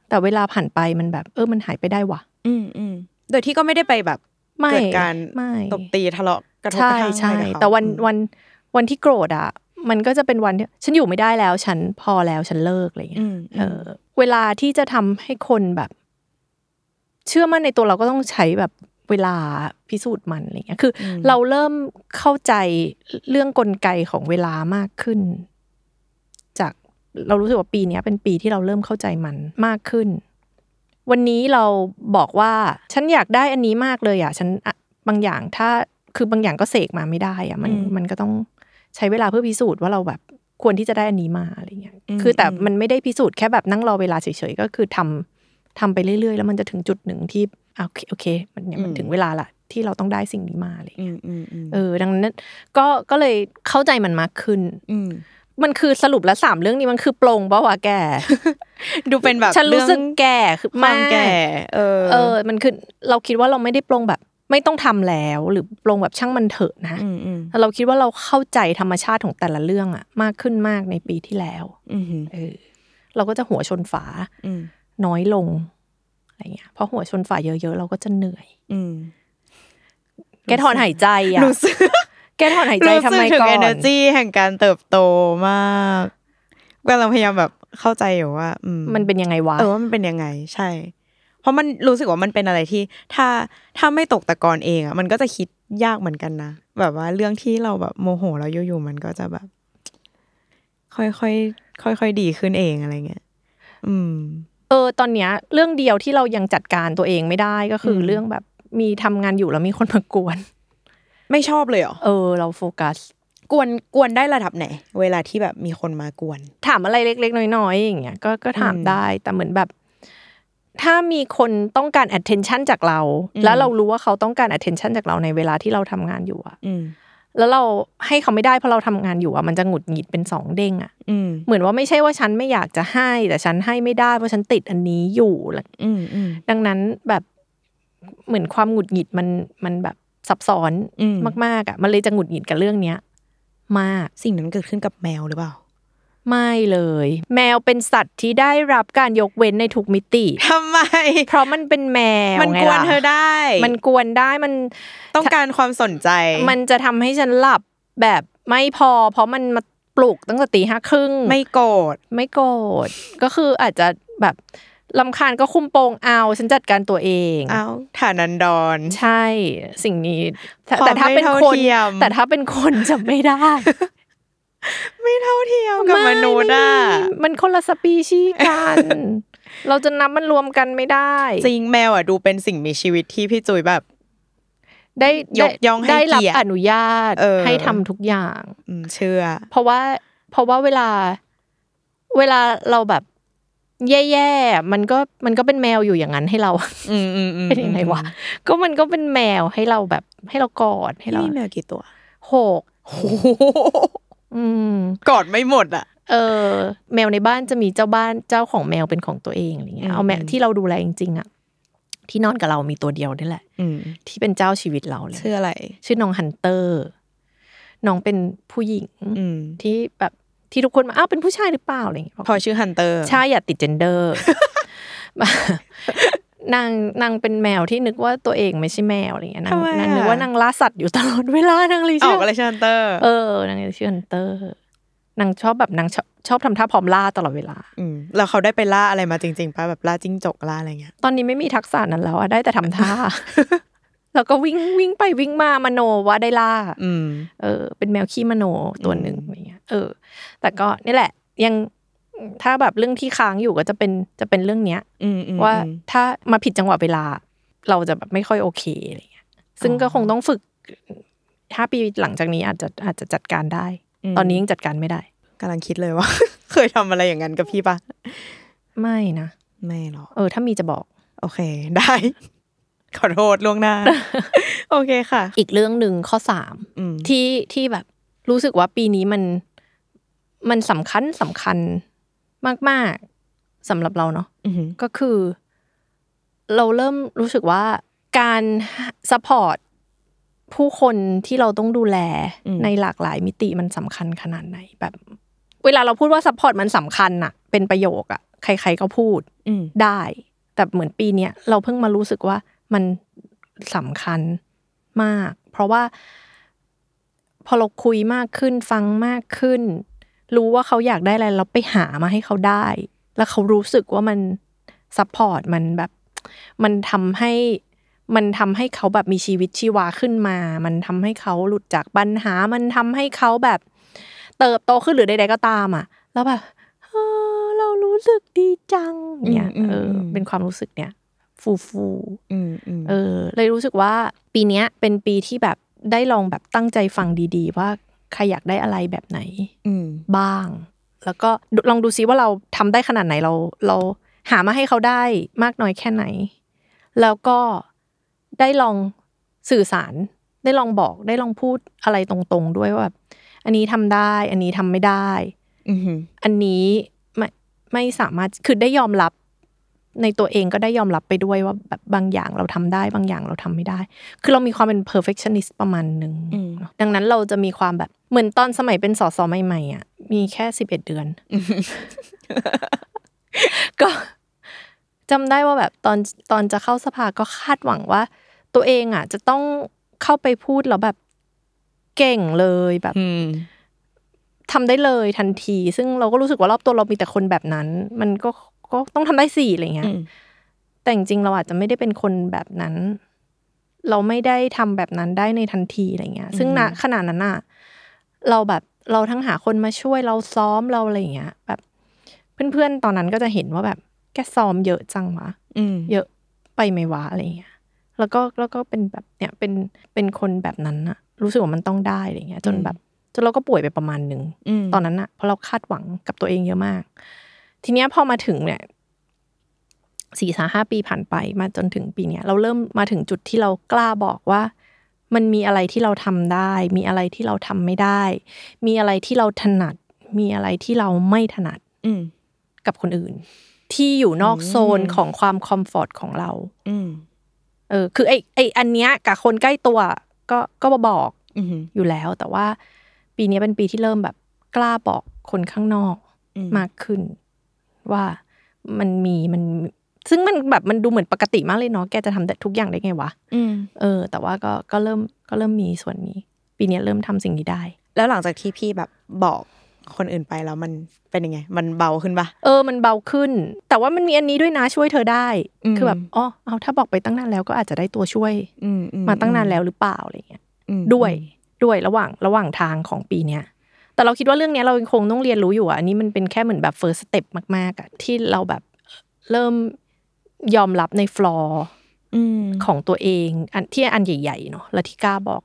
S4: แต่เวลาผ่านไปมันแบบ เออมันหายไปได้วะ
S3: อืมอืมโดยที่ก็ไม่ได้ไปแบบ
S4: ไม่
S3: เกิดการ
S4: ไม่
S3: ตบตีทะเลาะกระทบ
S4: ใช่
S3: กระทั่ง
S4: ใช่
S3: อะไรกับเขา
S4: แต่วัน
S3: อืม
S4: วันวันที่โกรธอะมันก็จะเป็นวันที่ฉันอยู่ไม่ได้แล้ว ฉันพอแล้วฉันเลิกอะไรอย่างเงี้ย
S3: อืม
S4: เออเวลาที่จะทำให้คนแบบ เชื่อมั่นในตัวเราก็ต้องใช้แบบเวลาพิสูจน์มันอะไรเงี้ยคืออเราเริ่มเข้าใจเรื่องกลไกของเวลามากขึ้น จากเรารู้สึกว่าปีเนี้ยเป็นปีที่เราเริ่มเข้าใจมันมากขึ้น วันนี้เราบอกว่า ฉันอยากได้อันนี้มากเลยอ่ะฉันอะบางอย่างถ้าคือบางอย่างก็เสกมาไม่ได้อ่ะมันมันก็ต้องใช้เวลาเพื่อพิสูจน์ว่าเราแบบควรที่จะได้อันนี้มาอะไรเงี้ย คือแต่มันไม่ได้พิสูจน์แค่แบบนั่งรอเวลาเฉยๆก็คือทำทำไปเรื่อยๆ แล้วมันจะถึงจุดหนึ่งที่อ่ะโอเคโอเค มันเนี่ยมันถึงเวลาละที่เราต้องได้สิ่งนี้มาอะไร
S3: อื
S4: เงี้ย
S3: มอืมอืม
S4: เออ ดังนั้นก็ก็เลยเข้าใจมันมากขึ้น
S3: อืม
S4: มันคือสรุปแล้วสามเรื่องนี้มันคือปลงปะวะแก
S3: ดู เป็นแบบ
S4: ฉันรู้สึกแก่คือ
S3: เรื่องความแก่
S4: ไ
S3: เออ
S4: เออ มันคือเราคิดว่าเราไม่ได้ปลงแบบ ไม่ต้องทำแล้วหรือปลงแบบช่างมันเถอะนะ
S3: อืมอืม
S4: แต่เราคิดว่าเราเข้าใจธรรมชาติของแต่ละเรื่องอะมากขึ้นมากในปีที่แล้ว
S3: อืม
S4: เออ เราก็จะหัวชนฝา
S3: อืม
S4: น้อยลงอะไรเงี้ยเพราะหัวชนฝ่ายเยอะๆ เราก็จะเหนื่อย
S3: อืม
S4: แกถอนหายใจอ่ะ
S3: รู้สึก
S4: แกถอนหายใจทำ
S3: รู้
S4: ไม
S3: สึถึง
S4: ก่อน
S3: energy แห่งการเติบโตมากก็เราพยายามแบบเข้าใจอยู่ว่า อืม
S4: มันเป็นยังไงวะ
S3: เออว่ามันเป็นยังไงใช่ เพราะมันรู้สึกว่ามันเป็นอะไรที่ ถ้าถ้าไม่ตกตะกอนเองอ่ะมันก็จะคิดยากเหมือนกันนะแบบว่าเรื่องที่เราแบบโมโหแล้วอยู่ๆมันก็จะแบบ ค่อยๆค่อยๆดีขึ้นเองอะไรเงี้ยอืม
S4: เออตอนเนี้ยเรื่องเดียวที่เรายังจัดการตัวเองไม่ได้ก็คือ
S3: ม
S4: อเรื่องแบบมีทำงานอยู่แล้วมีคนมากวน
S3: ไม่ชอบเลยเหรอ
S4: เออ เราโฟกัส
S3: กวนกวนได้ระดับไหน เวลาที่แบบมีคนมากวน
S4: ถามอะไรเล็กๆ น้อยๆอย่างเงี้ยก็ก็ถาม
S3: อืม
S4: ได้แต่เหมือนแบบ ถ้ามีคนต้องการ attention จากเรา
S3: อืม
S4: แล้วเรารู้ว่าเขาต้องการ attention จากเราในเวลาที่เราทำงานอยู่อะ
S3: อืม
S4: แล้วเราให้เขาไม่ได้เพราะเราทำงานอยู่อะมันจะหงุดหงิดเป็นสองเด้งอะ
S3: อืม
S4: เหมือนว่าไม่ใช่ว่าฉันไม่อยากจะให้ แต่ฉันให้ไม่ได้เพราะฉันติดอันนี้อยู่แล้ว
S3: อืมอืม
S4: ดังนั้นแบบเหมือนความหงุดหงิดมันมันแบบซับซ้อน
S3: อืม
S4: มากๆอ่ะมันเลยจะหงุดหงิดกับเรื่องเนี้ย มาก
S3: สิ่งนั้นเกิดขึ้นกับแมวหรือเปล่า
S4: ไม่เลย แมวเป็นสัตว์ที่ได้รับการยกเว้นในทุกมิติ
S3: ทำไม
S4: เพราะมันเป็นแมว
S3: มัน
S4: ไง
S3: กวน
S4: ล่ะ
S3: เธอได้
S4: มันกวนได้มัน
S3: ต้องการความสนใจ
S4: มันจะทำให้ฉันหลับแบบไม่พอ เพราะมันมาปลุกตั้งแต่ตีห้าครึ่ง
S3: ไม่โกรธ
S4: ไม่โกรธ ก็คืออาจจะแบบลำคาญก็คุมโปงเอาฉันจัดการตัวเอง
S3: อ้าวฐานันดร
S4: ใช่สิ่งนี้แต่
S3: ความ
S4: แต่ถ้าเป็น
S3: ไม่เท่า
S4: คน
S3: เทียม
S4: แต่ถ้าเป็นคนจะไม่ได้
S3: ไม่เท่าเทียมกับมนุษย์อ่ะ
S4: ไม่ไม่มันคนละสปีชีส์กัน เราจะนับมันรวมกันไม่ได้
S3: จริงแมวอ่ะดูเป็นสิ่งมีชีวิตที่พี่จุยแบบ
S4: ได้
S3: ย
S4: ได้
S3: กย่องให้
S4: ได้รับ
S3: เกียรติ
S4: อนุญาต
S3: เออ
S4: ให้ทำทุกอย่าง
S3: อืมเชื่อ
S4: เพราะว่าเพราะว่าเวลาเวลาเราแบบแย่ๆมันก็มันก็เป็นแมวอยู่อย่างนั้นให้เรา
S3: อืมอืมอืม
S4: เป็นยังไงวะ ก็มันก็เป็นแมวให้เราแบบให้เรากอดให้
S3: พี่
S4: เรา
S3: มีแมวกี่ตัว
S4: หก
S3: โอ้โห
S4: อืม
S3: กอดไม่หมดอ่ะ
S4: เออแมวในบ้านจะมีเจ้าบ้านเจ้าของแมวเป็นของตัวเองอะไรเงี้
S3: อืม
S4: ยเอาแมว
S3: อืม
S4: ที่เราดูแลจริงๆอ่ะที่นอนกับเรามีตัวเดียวนี่แหละ
S3: อืม
S4: ที่เป็นเจ้าชีวิตเราเลย
S3: ชื่ออะไร
S4: ชื่อน้องฮันเตอร์ น้องเป็นผู้หญิง
S3: อืม
S4: ที่แบบที่ทุกคนมาอ้าวเป็นผู้ชายหรือเปล่าอะไรเงี้ย
S3: พอชื่อฮันเตอร์
S4: ใช่อย่าติดเจนเดอร์ นางนางเป็นแมวที่นึกว่าตัวเองไม่ใช่แมวอะไรเงี้ยนางนางนึกว่านางล่าสัตว์อยู่ตลอดเวลานางเลย
S3: ออ
S4: เชื่
S3: กอะไรชื่อฮันเตอร์
S4: เออนางเลยชื่อฮันเตอร์นางชอบแบบนางชอบชอบทำท่าพร้อมล่าตลอดเวลา
S3: มแล้วเขาได้ไปล่าอะไรมาจริงๆป่ะแบบล่าจิ้งจกล่าอะไรเงี้ย
S4: ตอนนี้ไม่มีทักษะนั้นแล้วอะได้แต่ทำท่า แล้วก็วิ่งวิ่งไปวิ่งมามโนว่าได้ล่า
S3: อืม
S4: เออเป็นแมวขี้มโนตัวหนึ่ง
S3: อืม
S4: อะไรเงี้ยเออ แต่ก็นี่แหละ ยังถ้าแบบเรื่องที่ค้างอยู่ก็จะเป็นจะเป็นเรื่องเนี้ย
S3: อืมอืม
S4: ว่า
S3: อืม
S4: ถ้ามาผิดจังหวะเวลา เราจะแบบไม่ค่อยโอเคอะไรเงี้ย ซึ่งก็คงต้องฝึกห้าปีหลังจากนี้อาจจะอาจจะจัดการได้
S3: อืม
S4: ตอนนี้ยังจัดการไม่ได้
S3: กำลังคิดเลยว่า เคยทำอะไรอย่างนั้นกับพี่ป่ะ
S4: ไม่นะ
S3: ไม่หรอก
S4: เออ ถ้ามีจะบอก
S3: โอเค ได้ ขอโทษล่วงหน้า โอเคค่ะ
S4: อีกเรื่องหนึ่งข้อสาม
S3: อืม
S4: ที่ที่แบบรู้สึกว่าปีนี้มันมันสำคัญสำคัญมาก ๆสำหรับเราเนาะ
S3: อือหือ
S4: ก็คือ เราเริ่มรู้สึกว่าการสปอร์ตผู้คนที่เราต้องดูแลในหลากหลายมิติมันสำคัญขนาดไหนแบบ เวลาเราพูดว่าสปอร์ตมันสำคัญอะเป็นประโยคอะใคร ๆก็พูด
S3: อืม
S4: ได้ แต่เหมือนปีเนี้ยเราเพิ่งมารู้สึกว่ามันสำคัญมาก เพราะว่า พอเราคุยมากขึ้นฟังมากขึ้น รู้ว่าเขาอยากได้อะไรเราไปหามาให้เขาได้ แล้วเขารู้สึกว่ามันซัพพอร์ตมันแบบ มันทำให้มันทำให้เขาแบบมีชีวิตชีวาขึ้นมา มันทำให้เขาหลุดจากปัญหา มันทำให้เขาแบบ เติบโตขึ้นหรือใดๆก็ตามอ่ะ แล้วแบบเออเรารู้สึกดีจังเนี่ยเออเป็นความรู้สึกเนี่ยฟูฟูๆ
S3: อืมอืม
S4: เออเลยรู้สึกว่าปีเนี้ยเป็นปีที่แบบได้ลองแบบตั้งใจฟังดีๆ ว่าใครอยากได้อะไรแบบไหน
S3: อืม
S4: บ้าง แล้วก็ดูลองดูซิว่าเราทำได้ขนาดไหนเราเราหามาให้เขาได้มากน้อยแค่ไหน แล้วก็ได้ลองสื่อสาร ได้ลองบอกได้ลองพูดอะไรตรงๆ ด้วยว่าแบบอันนี้ทำได้ อันนี้ทำไม่ได้
S3: อือหือ
S4: อันนี้ไม่ไม่สามารถคือได้ยอมรับในตัวเองก็ได้ยอมรับไปด้วยว่าแบบบางอย่างเราทำได้บางอย่างเราทำไม่ได้ คือเรามีความเป็น perfectionist ประมาณหนึ่งเนอะดังนั้นเราจะมีความแบบเหมือนตอนสมัยเป็นสสใหม่ๆอ่ะมีแค่สิบเอ็ด เดือน ก็จำได้ว่าแบบตอนตอนจะเข้าสภาก็คาดหวังว่า ตัวเองอ่ะ จะต้องเข้าไปพูดแล้วแบบเก่งเลยแบบ
S3: อืม
S4: ทำได้เลยทันที ซึ่งเราก็รู้สึกว่ารอบตัวเรามีแต่คนแบบนั้น มันก็ก็ต้องทำได้สี่อะไรเงี้
S3: อื
S4: ย
S3: ม
S4: แต่จริงๆเราอาจจะไม่ได้เป็นคนแบบนั้น เราไม่ได้ทำแบบนั้นได้ในทันทีอะไรเงี้ย ซึ่งณขณะนั้นอะเราแบบเราทั้งหาคนมาช่วยเราซ้อมเราอะไรเงี้ย แบบ เพื่อนๆตอนนั้นก็จะเห็นว่าแบบแกซ้อมเยอะจังวะ
S3: อืม
S4: เยอะไปไหมวะอะไรเงี้ย แล้วก็แล้วก็เป็นแบบเนี่ยเป็นเป็นคนแบบนั้นอะรู้สึกว่ามันต้องได้อะไรเงี้ย จนแบบจนเราก็ป่วยไปประมาณหนึ่ง
S3: อืม
S4: ตอนนั้นอะเพราะเราคาดหวังกับตัวเองเยอะมาก ทีเนี้ยพอมาถึงเนี่ยสี่สาห้าปีผ่านไปมาจนถึงปีเนี้ยเราเริ่มมาถึงจุดที่เรากล้าบอกว่า มันมีอะไรที่เราทำได้ มีอะไรที่เราทำไม่ได้ มีอะไรที่เราถนัด มีอะไรที่เราไม่ถนัด
S3: อืม
S4: กับคนอื่น ที่อยู่นอกโซนของความคอมฟอร์ตของเรา
S3: อืม
S4: เออคือไอไออันเนี้ยกับคนใกล้ตัวก็ก็มาบอก
S3: อืม
S4: อยู่แล้วแต่ว่าปีนี้เป็นปีที่เริ่มแบบกล้าบอกคนข้างนอก
S3: อืม
S4: มากขึ้น ว่ามันมีมันซึ่งมันแบบมันดูเหมือนปกติมากเลยเนาะแกจะทำแต่ทุกอย่างได้ไงวะ
S3: อืม
S4: เออ แต่ว่าก็ก็เริ่มก็เริ่มมีส่วนนี้ ปีนี้เริ่มทำสิ่งนี้ได้
S3: แล้วหลังจากที่พี่แบบบอกคนอื่นไปแล้วมันเป็นยังไง มันเบาขึ้นปะ
S4: เออ มันเบาขึ้น แต่ว่ามันมีอันนี้ด้วยนะช่วยเธอได้
S3: อืม
S4: คือแบบอ๋อเอาถ้าบอกไปตั้งนานแล้วก็อาจจะได้ตัวช่วย
S3: อือื
S4: มาตั้งนานแล้วหรือเปล่าอะไรเงี้ย
S3: อืม
S4: ด้วยด้วยระหว่างระหว่างทางของปีเนี้ย แต่ แต่เราคิดว่าเรื่องเนี้ยเรายังคงต้องเรียนรู้อยู่อะอันนี้มันเป็นแค่เหมือนแบบ first step มาก ๆอะที่เราแบบเริ่มยอมรับในฟลอร์
S3: อืม
S4: ของตัวเอง อันที่อันใหญ่ๆเนาะแล้วที่กล้าบอก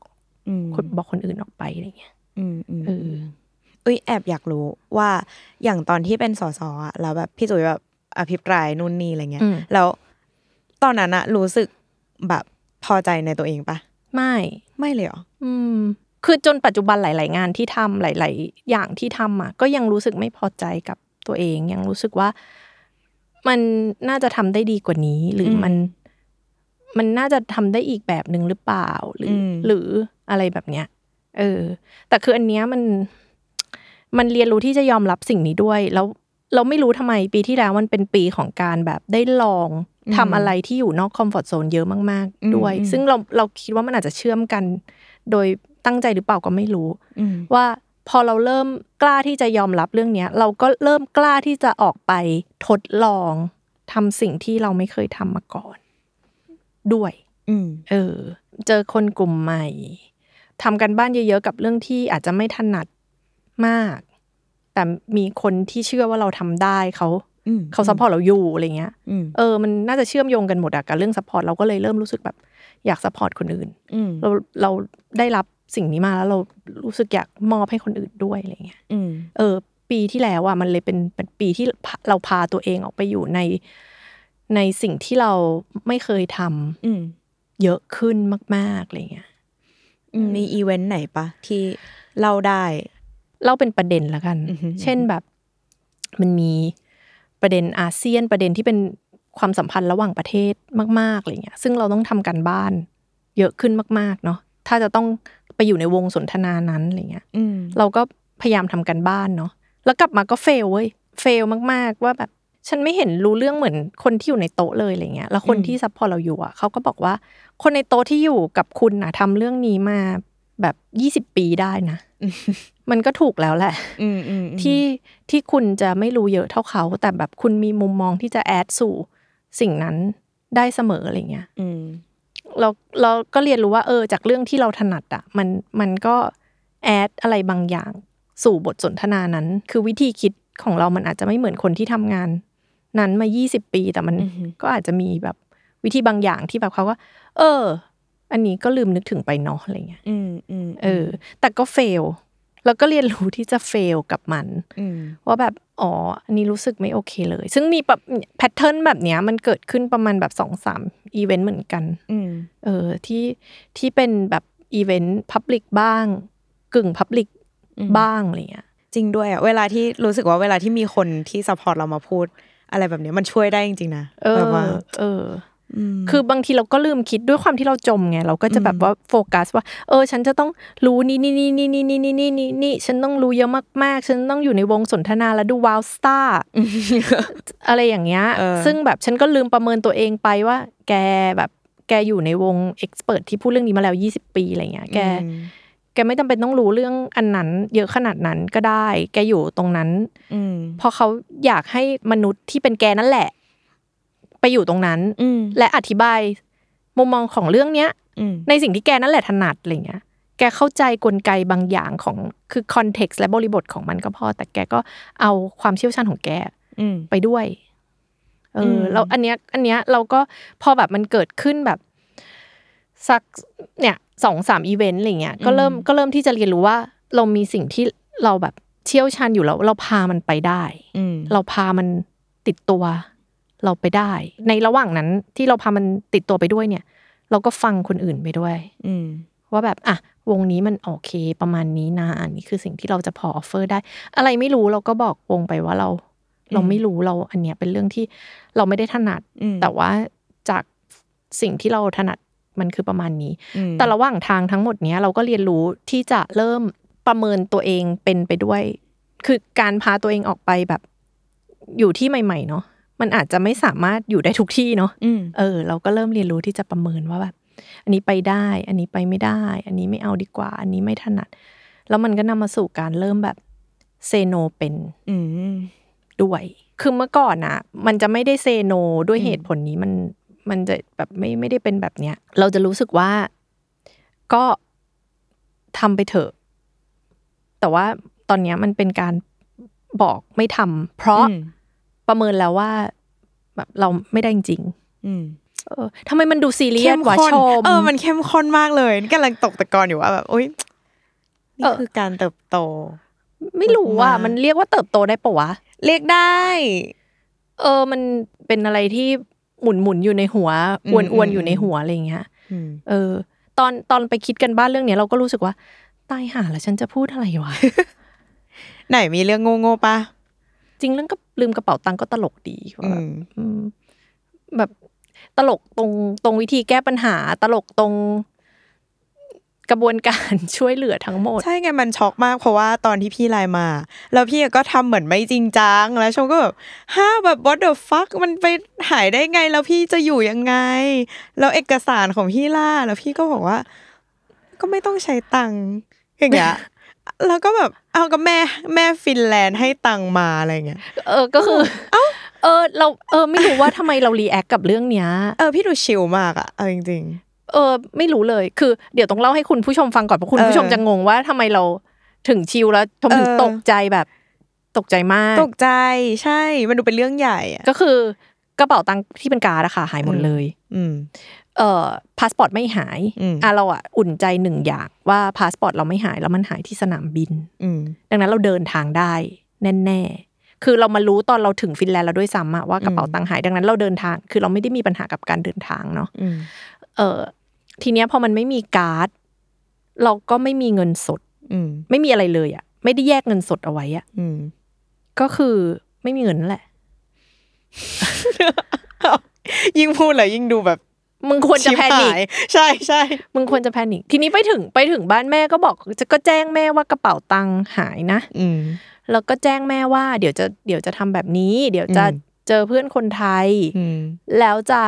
S3: อืม
S4: คนบอกคนอื่นออกไปอะไรเงี้ย
S3: อืมอืม
S4: เออ
S3: เอ้ยแอบอยากรู้ว่าอย่างตอนที่เป็นสสอ่ะแล้วแบบพี่จุ๋ยแบบอภิปรายนู่นนี่อะไรเงี้ย
S4: อืม
S3: แล้วตอนนั้นอะรู้สึกแบบพอใจในตัวเองปะ
S4: ไม่
S3: ไม่เลยเหรอ
S4: อืม คือจนปัจจุบันหลาย ๆ งานที่ทำหลาย ๆ อย่างที่ทำอ่ะก็ยังรู้สึกไม่พอใจกับตัวเอง ยังรู้สึกว่า มันน่าจะทำได้ดีกว่านี้ หรือมัน มันน่าจะทำได้อีกแบบหนึ่งหรือเปล่า หรืออหรืออะไรแบบเนี้ย เออ แต่คืออันเนี้ยมัน มันเรียนรู้ที่จะยอมรับสิ่งนี้ด้วย แล้วเราไม่รู้ทำไมปีที่แล้วมันเป็นปีของการแบบได้ลองทำอะไรที่อยู่นอกคอมฟอร์ทโซนเยอะมาก ๆ ด้วย ซึ่งเราเราคิดว่ามันอาจจะเชื่อมกัน โดยตั้งใจหรือเปล่าก็ไม่รู้
S3: อืม
S4: ว่าพอเราเริ่มกล้าที่จะยอมรับเรื่องเนี้ย เราก็เริ่มกล้าที่จะออกไปทดลองทำสิ่งที่เราไม่เคยทำมาก่อน ด้วย
S3: อืม
S4: เออ เจอคนกลุ่มใหม่ทำกันบ้านเยอะๆกับเรื่องที่อาจจะไม่ถนัดมาก แต่มีคนที่เชื่อว่าเราทำได้เขา
S3: อืม
S4: เขาซัพพอร์ตเราอยู่อะไรเงี้ย
S3: อืม
S4: เออมันน่าจะเชื่อมโยงกันหมดอะกับเรื่องซัพพอร์ตเราก็เลยเริ่มรู้สึกแบบอยากซัพพอร์ตคนอื่น
S3: อืม
S4: เราเราได้รับสิ่งนี้มาแล้วเรารู้สึกอยากมอบให้คนอื่นด้วยอะไรเงี้ย
S3: อืม
S4: เออ ปีที่แล้วอ่ะมันเลยเป็นเป็นปีที่พาเราพาตัวเองออกไปอยู่ใน ในสิ่งที่เราไม่เคยทำ
S3: อืม
S4: เยอะขึ้นมากๆอะไรเงี้ย
S3: อืมมีอีเวนต์ไหนปะที่เล่าได้
S4: เล่าเป็นประเด็นละกัน
S3: อือหือ
S4: เช่นแบบ มันมีประเด็นอาเซียนประเด็นที่เป็นความสัมพันธ์ระหว่างประเทศมากๆอะไรเงี้ย ซึ่งเราต้องทำการบ้าน เยอะขึ้นมาก ๆ เนาะถ้าจะต้องไปอยู่ในวงสนทนานั้นอะไรเงี้ย
S3: อืม
S4: เราก็พยายามทำกันบ้านเนาะ แล้วกลับมาก็เฟลเว้ย เฟลมากๆ ว่าแบบ ฉันไม่เห็นรู้เรื่องเหมือนคนที่อยู่ในโต๊ะเลยอะไรเงี้ย แล้วคน
S3: อืม
S4: ที่ซัพพอร์ตเราอยู่อ่ะเขาก็บอกว่า คนในโต๊ะที่อยู่กับคุณนะทำเรื่องนี้มาแบบยี่สิบปีได้นะ มันก็ถูกแล้วแหละ
S3: อืมอืม
S4: ที่ที่คุณจะไม่รู้เยอะเท่าเขา แต่แบบคุณมีมุมมองที่จะแอดสู่สิ่งนั้นได้เสมออะไรเงี้ย
S3: อืม
S4: เราเราก็เรียนรู้ว่าเออจากเรื่องที่เราถนัดอะมันมันก็แอดอะไรบางอย่างสู่บทสนทนานั้น คือวิธีคิดของเรามันอาจจะไม่เหมือนคนที่ทำงาน นั้นมา 20 ปีแต่มันก็อาจจะมีแบบวิธีบางอย่างที่แบบเขาว่าเออ อันนี้ก็ลืมนึกถึงไปเนาะอะไรเงี้ย
S3: อืมอืม
S4: เออ แต่ก็เฟลแล้วก็เรียนรู้ที่จะเฟลกับมัน
S3: อืม
S4: ว่าแบบอ๋ออันนี้รู้สึกไม่โอเคเลย ซึ่งมีแบบแพทเทิร์นแบบเนี้ยมันเกิดขึ้นประมาณแบบสองสามอีเวนต์เหมือนกัน
S3: อืม
S4: เออที่ที่เป็นแบบอีเวนต์พับลิกบ้าง กึ่งพับลิกบ้างอะไรเงี้ย
S3: จริงด้วยอะเวลาที่รู้สึกว่าเวลาที่มีคนที่ซัพพอร์ตเรามาพูด อะไรแบบเนี้ยมันช่วยได้จริงๆนะ
S4: เออ
S3: แบบว่า
S4: เอออคือบางทีเราก็ลืมคิดด้วยความที่เราจมไงเราก็จะแบบว่าโฟกัสว่า เออ ฉันจะต้องรู้นี่นี่นี่นี่นี่นี่นี่นี่นี่นี่ฉันต้องรู้เยอะมากๆ ฉันต้องอยู่ในวงสนทนาแล้วดูวาวสตาร์อะไรอย่างเงี้ย
S3: เออ
S4: ซึ่งแบบฉันก็ลืมประเมินตัวเองไปว่า แกแบบแกอยู่ในวงเอ็กซ์เพรสที่พูดเรื่องนี้มาแล้ว 20 ปีอะไรเงี้ยแก
S3: อืม
S4: แกไม่จำเป็นต้องรู้เรื่องอันนั้น เยอะขนาดนั้นก็ได้ แกอยู่ตรงนั้น
S3: อืม
S4: เพราะเขาอยากให้มนุษย์ที่เป็นแกนั่นแหละ ไปอยู่ตรงนั้น
S3: อืม
S4: และอธิบายมุมมองของเรื่องเนี้ย
S3: อืม
S4: ในสิ่งที่แกนั่นแหละถนัดอะไรเงี้ย แกเข้าใจกลไกบางอย่างของคือคอนเท็กซ์และบริบทของมันก็พอ แต่แกก็เอาความเชี่ยวชาญของแก
S3: อืม
S4: ไปด้วย เอ
S3: อื
S4: อ
S3: ม
S4: แล้วอันเนี้ย อันเนี้ยเราก็พอแบบมันเกิดขึ้นแบบ สักเนี่ยสองสามอีเวนต์อะไรเงี้ยก็เริ่มก็เริ่มที่จะเรียนรู้ว่าเรามีสิ่งที่เราแบบเชี่ยวชาญอยู่แล้วเราพามันไปได้
S3: อืม
S4: เราพามันติดตัว เราไปได้ ในระหว่างนั้นที่เราพามันติดตัวไปด้วยเนี่ย เราก็ฟังคนอื่นไปด้วย
S3: อืม
S4: ว่าแบบอ่ะวงนี้มันโอเคประมาณนี้นะอันนี้คือสิ่งที่เราจะพอออฟเฟอร์ได้ อะไรไม่รู้เราก็บอกวงไปว่าเรา เราไม่รู้เราอันเนี้ยเป็นเรื่องที่เราไม่ได้ถนัด
S3: อืม
S4: แต่ว่าจากสิ่งที่เราถนัดมันคือประมาณนี้
S3: อืม
S4: แต่ระหว่างทางทั้งหมดเนี้ยเราก็เรียนรู้ที่จะเริ่มประเมินตัวเองเป็นไปด้วย คือการพาตัวเองออกไปแบบอยู่ที่ใหม่ๆเนาะมันอาจจะไม่สามารถอยู่ได้ทุกที่เนาะ
S3: อืม
S4: เออเราก็เริ่มเรียนรู้ที่จะประเมินว่าแบบอันนี้ไปได้ อันนี้ไปไม่ได้ อันนี้ไม่เอาดีกว่า อันนี้ไม่ถนัด แล้วมันก็นำมาสู่การเริ่มแบบเซโนเป็น
S3: อืม
S4: ด้วย คือเมื่อก่อนอะมันจะไม่ได้เซโนด้วยเหตุผลนี้มันมันจะแบบไม่ไม่ได้เป็นแบบเนี้ย เราจะรู้สึกว่าก็ทำไปเถอะ แต่ว่า ตอนเนี้ยมันเป็นการบอกไม่ทำเพราะ
S3: อืม
S4: ประเมินแล้วว่าแบบเราไม่ได้จริง
S3: อืม
S4: ๆเออทำไมมันดูซีเรียสวะ
S3: ข้น
S4: ชม
S3: เออมันเข้มข้นมากเลยกำลังตกตะกอนอยู่ว่าแบบโอ๊ยนี่
S4: เออ
S3: คือการเติบโต
S4: ไม่รู้อ่ะ
S3: มาก
S4: มันเรียกว่าเติบโตได้ปะวะ
S3: เรียกได้
S4: เออ มันเป็นอะไรที่หมุนหมุนๆอยู่ในหัว
S3: อื
S4: อ้ว
S3: ม
S4: นอ้วน
S3: อืม
S4: ๆอยู่ในหัวอะไรอย่างเงี้ย
S3: อืม
S4: เออ ตอนตอนไปคิดกันบ้านเรื่องเนี้ยเราก็รู้สึกว่าตายห่าแล้วฉันจะพูดอะไรวะ
S3: ไหนมีเรื่องโง่ๆปะ
S4: จริงเรื่องก็ลืมกระเป๋าตังค์ก็ตลกดีว่า
S3: อื
S4: แบบ
S3: ม
S4: อืมแบบตลกตรงตรงวิธีแก้ปัญหา ตลกตรงกระบวนการ ช่วยเหลือทั้งหมด
S3: ใช่ไงมันช็อกมากเพราะว่าตอนที่พี่ไลน์มา แล้วพี่ก็ทำเหมือนไม่จริงจัง แล้วชมก็แบบฮ่าแบบ what the fuck มันไปหายได้ไงแล้วพี่จะอยู่ยังไง แล้วเอกสารของพี่ล่าแล้วพี่ก็บอกว่า ก็ไม่ต้องใช้ตังค์อย่าง เงี้ย แล้วก็แบบเอาก็แม่แม่ฟินแลนด์ให้ตังค์มาอะไรเงี้ย
S4: เออก็คือเออ เราเออ ไม่รู้ว่าทำไมเรารีแอคกับเรื่องเนี้ย
S3: เออพี่ดูชิลมากอะเอาจริง
S4: เออไม่รู้เลยคือ เดี๋ยวต้องเล่าให้คุณผู้ชมฟังก่อนเพราะคุณ
S3: เออ
S4: ผู้ชมจะงงว่าทำไมเราถึงชิลแล้วชมถึง
S3: เออ
S4: ตกใจแบบตกใจมาก
S3: ๆ ตกใจใช่ มันดูเป็นเรื่องใหญ่อะ
S4: ก็คือกระเป๋าตังค์ที่เป็นการ์ดอะค่ะหายหมดเลย
S3: อืม
S4: เอ่อพาสปอร์ตไม่หาย
S3: อืม
S4: เราอะอุ่นใจหนึ่งอย่างว่าพาสปอร์ตเราไม่หายแล้วมันหายที่สนามบิน
S3: อืม
S4: ดังนั้นเราเดินทางได้แน่ๆคือเรามารู้ตอนเราถึงฟินแลนด์แล้วด้วยซ้ำอะว่ากระเป๋า
S3: อืม
S4: ตังค์หายดังนั้นเราเดินทาง คือเราไม่ได้มีปัญหากับการเดินทางเนาะ
S3: อืม
S4: เออทีเนี้ยพอมันไม่มีการ์ด เราก็ไม่มีเงินสด
S3: อืม
S4: ไม่มีอะไรเลยอะ่ะ ไม่ได้แยกเงินสดเอาไว้อะ่ะ
S3: อืม
S4: ก็คือไม่มีเงินนั่นแหละ
S3: ยิ่งพูดเลยยิ่งดูแบบ
S4: มึงควรจะแพนิ
S3: ชิบ
S4: ค
S3: หายใช่ใช่
S4: มึงควรจะแพนิคทีนี้ไปถึงไปถึงบ้านแม่ก็บอกจะก็แจ้งแม่ว่ากระเป๋าตังค์หายนะ
S3: อืม
S4: แล้วก็แจ้งแม่ว่า เดี๋ยวจะเดี๋ยวจะทำแบบนี้ เดี๋ยวจะ
S3: อืม
S4: เจอเพื่อนคนไทย
S3: อืม
S4: แล้วจะ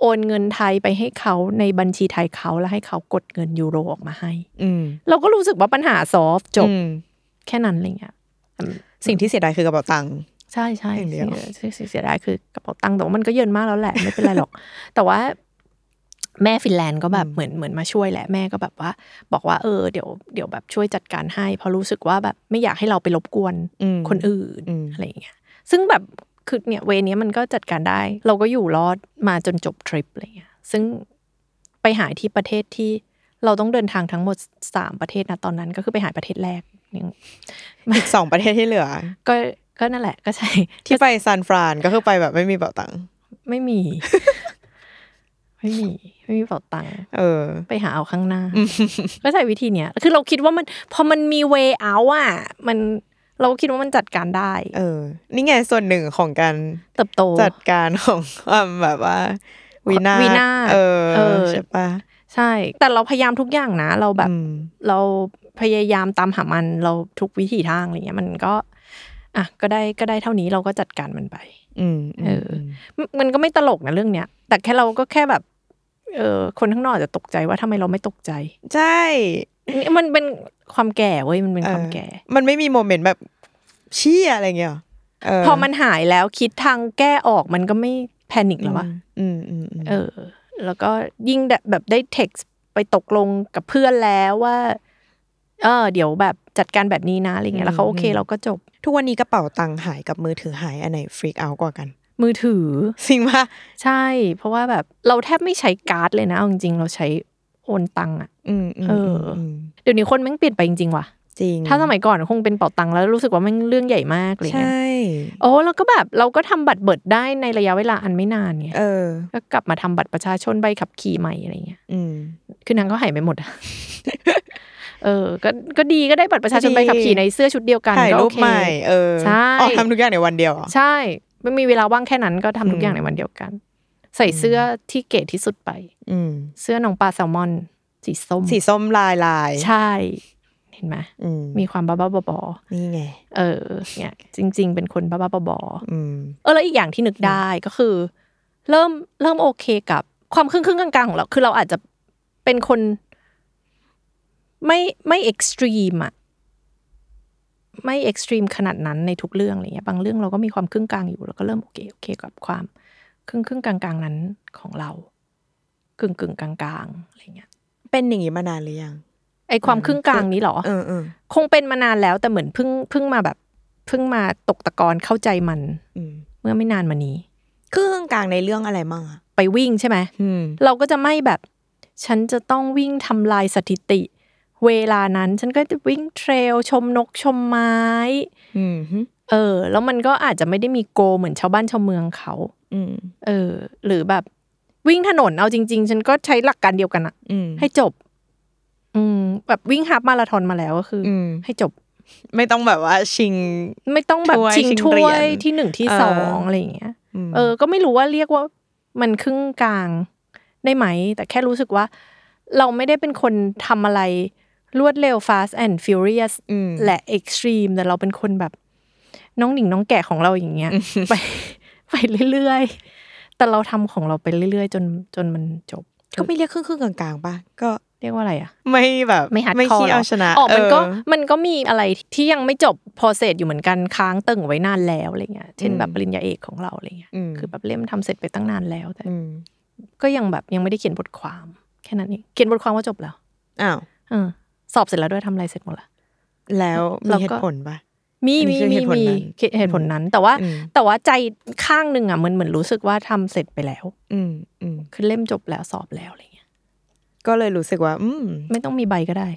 S4: โอนเงินไทยไปให้เขาในบัญชีไทยเขาแล้วให้เขากดเงินยูโรออกมาให้
S3: อืม
S4: เราก็รู้สึกว่าปัญหาซอฟจบ
S3: อืม
S4: แค่นั้นอะไรเงี้ย
S3: สิ่งที่เสียดายคือกระเป๋าตังค์
S4: ใช่ใช่
S3: อย่างเดี
S4: เสี
S3: ย
S4: ยว เสียเสียดายคือกระเป๋าตังค์แต่ว่ามันก็เยินมากแล้วแหละ ไม่เป็นไรหรอก แต่ว่า แม่ฟินแลนด์ก็แบบเหมือนเหมือนมาช่วยแหละแม่ก็แบบว่า บอกว่าเออเดี๋ยวเดี๋ยวแบบช่วยจัดการให้เพราะรู้สึกว่าแบบไม่อยากให้เราไปรบกวน
S3: อืม
S4: คนอื่น
S3: อืม
S4: อะไรอย่างเงี้ยซึ่งแบบคือเนี่ยเวย์เนี้ยมันก็จัดการได้ เราก็อยู่รอดมาจนจบทริปอะไรเงี้ยซึ่งไปหายที่ประเทศที่เราต้องเดินทางทั้งหมดสามประเทศนะตอนนั้นก็คือไปหายประเทศแรกยัง
S3: อีกสองประเทศที่ เหลือ
S4: ก็ก็นั่นแหละก็ใช่
S3: ที่ไปซานฟรานก็คือไปแบบไม่มีกระเป๋าตังค์
S4: ไม่มี ไม่มี ไม่มีเป๋าตังค์
S3: เออ
S4: ไปหาเอาข้างหน้า ก็ใช้วิธีเนี้ย คือเราคิดว่ามัน พอมันมี way out อ่ะ มันเราก็คิดว่ามันจัดการได้
S3: เออ นี่ไงส่วนหนึ่งของการ
S4: เติบโต
S3: จัดการของความแบบว่าวินาศ
S4: วินาศ
S3: เออ
S4: เออ
S3: ใช่ปะ
S4: ใช่ แต่เราพยายามทุกอย่างนะ เราแบบ
S3: อืม
S4: เราพยายามตามหามัน เราทุกวิถีทางอะไรเงี้ย มันก็ อ่ะ ก็ได้ ก็ได้เท่านี้ เราก็จัดการมันไป
S3: อืม
S4: เออ มมันก็ไม่ตลกนะเรื่องเนี้ย แต่แค่เราก็แค่แบบ เออ คนข้างนอกอาจจะตกใจว่าทำไมเราไม่ตกใจ
S3: ใช่
S4: นี่มันเป็นความแก่เว้ย มันเป็นความแก่
S3: เออมันไม่มีโมเมนต์แบบเชี่ยอะไรเงี้ยหรเพ
S4: อมันหายแล้วคิดทางแก้ออกมันก็ไม่แพนิคแล้วอะ
S3: อืมอืมอืม
S4: เออ แล้วก็ยิ่งแบบได้เท็กซ์ไปตกลงกับเพื่อนแล้วว่า เออ เดี๋ยวแบบจัดการแบบนี้นะอะไรเงี้ยแล้วเขาโอเค
S3: อืม
S4: เราก็จบ
S3: ทุกวันนี้กระเป๋าตังค์หายกับมือถือหายอันไหนฟรีกเอากว่ากัน
S4: มือถือ
S3: สิ่งว่า
S4: ใช่ เพราะว่าแบบเราแทบไม่ใช้การ์ดเลยนะเอาจริงๆเราใช้โอนตังค์อะ
S3: อืมอืม
S4: เออ
S3: ม
S4: เดี๋ยวนี้คนแม่งเปลี่ยนไปจริงๆว่ะ
S3: จริง
S4: ถ้าสมัยก่อนคงเป็นเป่าตังค์แล้วรู้สึกว่าแม่งเรื่องใหญ่มากอะไร
S3: ใช
S4: เงี้ย่ โอ้แล้วก็แบบเราก็ทำบัตรเบิดได้ในระยะเวลาอันไม่นานเนี่ย
S3: เออ
S4: ก็กลับมาทำบัตรประชาชนใบขับขี่ใหม่อะไรเงี้ย
S3: อืม
S4: คือนางก็หายไปหมดอะ เออ ก็ ก็ดีก็ได้บัตรประชาช
S3: ก็
S4: น
S3: ดี
S4: ไปขับขี่ในเสื้อชุดเดียวกัน
S3: ถ่าย
S4: ก็
S3: รู
S4: โอ
S3: ป
S4: เค
S3: ใหม่เออ
S4: ใช่
S3: ออกทำทุกอย่างในวันเดียวเหรอ
S4: ใช่ ไม่มีเวลาว่างแค่นั้นก็ทำ
S3: อื
S4: ทุก
S3: ม
S4: อย่างในวันเดียวกัน ใส่เสื้อที่เก๋ที่สุดไป
S3: อืม
S4: เสื้อน้องปลาแซลมอน สีส้ม
S3: สีส้มลายลาย
S4: ใช่ เห็นไหม
S3: อืม
S4: มีความบ้าบ้าๆบอ
S3: นี่ไง
S4: ๆเออ เนี่ยจริง ๆ เป็นคนบ้าบ้าๆบอๆ
S3: อืม
S4: เออแล้วอีกอย่างที่นึกได้ก็คือ เริ่มเริ่มโอเคกับความครึ่งครึ่งๆกลางๆของเรา คือเราอาจจะเป็นคน ไม่ไม่เอ็กซ์ตรีมอะไม่เอ็กซ์ตรีมขนาดนั้นในทุกเรื่องอะไรเงี้ยบางเรื่องเราก็มีความครึ่งกลางอยู่แล้วก็เริ่มโอเคโอเคกับความครึ่งครึ่งๆกลางๆนั้นของเรากึ่งกึ่งๆกลางๆอะไรเงี้ย
S3: เป็นอย่างนี้มานานหรือยัง
S4: ไอความครึ่งกลางนี้เหรอ
S3: เออเออ
S4: คงเป็นมานานแล้วแต่เหมือนเพิ่งเพิ่งมาแบบเพิ่งมาตกตะกอนเข้าใจมัน
S3: อืม
S4: เมื่อไม่นานมานี้
S3: ครึ่งกลางในเรื่องอะไรบ้างอะ
S4: ไปวิ่งใช่ไหม
S3: อืม
S4: เราก็จะไม่แบบ ฉันจะต้องวิ่งทำลายสถิติ เวลานั้นฉันก็จะวิ่งเทรลชมนกชมไม้
S3: อืม
S4: เออ แล้วมันก็อาจจะไม่ได้มีโกเหมือนชาวบ้านชาวเมืองเขา
S3: อืม
S4: เออ หรือแบบวิ่งถนนเอาจริง ๆ ฉันก็ใช้หลักการเดียวกันอะ
S3: อืม
S4: ให้จบ อืม แบบวิ่งฮาล์ฟมาราธอนมาแล้วก็คืออ
S3: อืม
S4: ให้จบ
S3: ไม่ต้องแบบว่าชิง
S4: ไม่ต้องแบบ
S3: ถ้วย
S4: ชิง
S3: ชิง
S4: ถ้
S3: เหรี
S4: วย ย
S3: ญ
S4: ที่หนึ่งที่
S3: เออ
S4: สองอะไรอย่างเงี้ย
S3: ม
S4: เออ ก็ไม่รู้ว่าเรียกว่ามันครึ่งกลางได้ไหม แต่แค่รู้สึกว่า เราไม่ได้เป็นคนทำอะไรรวดเร็ว fast and furious
S3: ม
S4: และ extreme แต่เราเป็นคนแบบ น้องหนิงน้องแก่ของเราอย่างเงี้ย ไป ไปเรื่อยๆ แต่เราทำของเราไปเรื่อยๆ จนจนมันจบ
S3: ก็ไม่เรียกครึ่งครึ่งๆกลางๆป่ะ ก็
S4: เรียกว่าอะไรอ่ะ
S3: ไม่แบบ
S4: ไม่ฮัด
S3: ไม่
S4: คอ
S3: ขี้เอาชนะ
S4: อ๋อมันก็
S3: เออ
S4: มันก็มีอะไรที่ยังไม่จบ process อยู่เหมือนกันค้างตึงไว้นานแล้วอะไรเงี้ย เช่น
S3: อืม
S4: แบบปริญญาเอกของเราอะไรเงี้ย
S3: อืม
S4: คือแบบเล่มทำเสร็จไปตั้งนานแล้วแต่
S3: อืม
S4: ก็ยังแบบยังไม่ได้เขียนบทความแค่นั้นเองเขียนบทความว่าจบแล้ว
S3: อ้าว
S4: เออสอบเสร็จแล้วด้วยทำอะไรเสร็จหมดละ
S3: แล้วมี
S4: เรา
S3: เห
S4: ก็
S3: ตุผลป่ะ
S4: มี
S3: อันนี้
S4: มี
S3: คือ
S4: มี
S3: เหตุผลนั้น
S4: มีเหตุผลนั้น แต่ว่า
S3: อืม
S4: แต่ว่าใจข้างหนึ่งอ่ะมันเหมือนรู้สึกว่าทำเสร็จไปแล้ว
S3: อืมอืม
S4: คือเล่มจบแล้วสอบแล้วอะไรเงี้ย
S3: ก็เลยรู้สึกว่า อืม
S4: ไม่ต้องมีใบก็ได้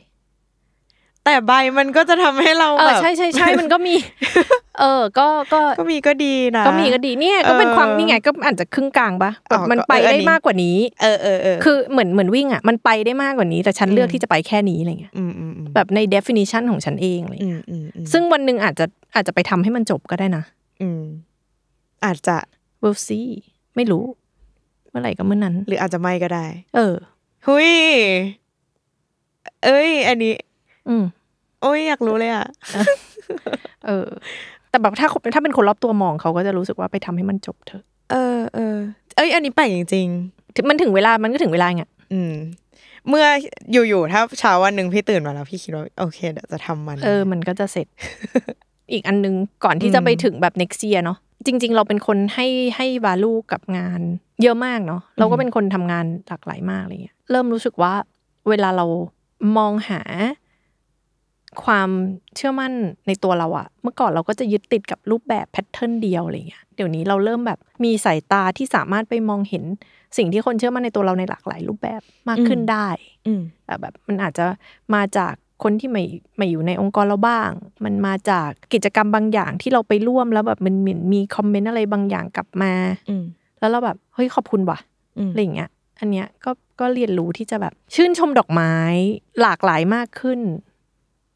S3: แต่ใบมันก็จะทำให้เรา
S4: เอ
S3: แบ
S4: อบ ใช่ใช่ใช่มันก็มี เออ ก็ก็
S3: ก็มีก็ดีนะ
S4: ก็มีก็ดีเนี่ยก็เป็น
S3: เออ
S4: ความนี่ไงก็อาจจะครึ่งกลางปะแบบ
S3: อ๋อ
S4: มัน
S3: ก็
S4: ไป
S3: เอออัน
S4: ได้
S3: นี้
S4: มากกว่านี้
S3: เออเออเออ
S4: คือเหมือนเหมือนวิ่งอ่ะมันไปได้มากกว่านี้ แต่ฉัน
S3: อืม
S4: เลือกที่จะไปแค่นี้อะไรเงี้ย
S3: อืมอืมอืม
S4: แบบใน definition ของฉันเองอะไร
S3: อื
S4: เงี้
S3: ม
S4: ย
S3: อืมอืม
S4: ซึ่งวันหนึ่งอาจจะอาจจะไปทำให้มันจบก็ได้นะ
S3: อืมอาจจะ
S4: we'll see ไม่รู้ เมื่อไหร่ก็เมื่อนั้น
S3: หรืออาจจะไม่ก็ได้
S4: เออ
S3: หุยเอ้ย อันนี้
S4: อืม
S3: โอ้ยอยากรู้เลยอ่ะ
S4: เออ แต่แบบถ้าถ้าเป็นคนรอบตัวมองเขาก็จะรู้สึกว่าไปทำให้มันจบเถอะ
S3: เออเออเอ้ย อันนี้แปลกจริง ๆ
S4: ถึงมันถึงเวลามันก็ถึงเวลาไง
S3: อืมเมื่ออยู่ๆถ้าเช้าวันหนึ่งพี่ตื่นมาแล้วพี่คิดว่าโอเคเดี๋ยวจะทำมัน
S4: เออมันก็จะเสร็ จ อีกอันนึงก่อนที่จะไปถึงแบบ next year เนาะจริง ๆ เราเป็นคนให้ให้ value กับงาน เยอะมากเนาะเราก็เป็นคนทำงานหลากหลายมากอะไรเงี้ยเริ่มรู้สึกว่าเวลาเรามองหา ความเชื่อมั่นในตัวเราอะเมื่อก่อนเราก็จะยึดติดกับรูปแบบแพทเทิร์นเดียวอะไรเงี้ยเดี๋ยวนี้เราเริ่มแบบมีสายตาที่สามารถไปมองเห็นสิ่งที่คนเชื่อมั่นในตัวเราในหลากหลายรูปแบบมากขึ้น
S3: อืม
S4: ได้
S3: อืม
S4: แต่แบบมันอาจจะมาจากคนที่ไม่ไม่อยู่ในองค์กรเราบ้าง มันมาจากกิจกรรมบางอย่างที่เราไปร่วมแล้วแบบมันเหมือนมีคอมเมนต์อะไรบางอย่างกลับมา
S3: อืม
S4: แล้วเราแบบเฮ้ยขอบคุณว่ะ
S3: อืม
S4: อะไรอย่างเงี้ย อันเนี้ยก็ก็เรียนรู้ที่จะแบบชื่นชมดอกไม้หลากหลายมากขึ้น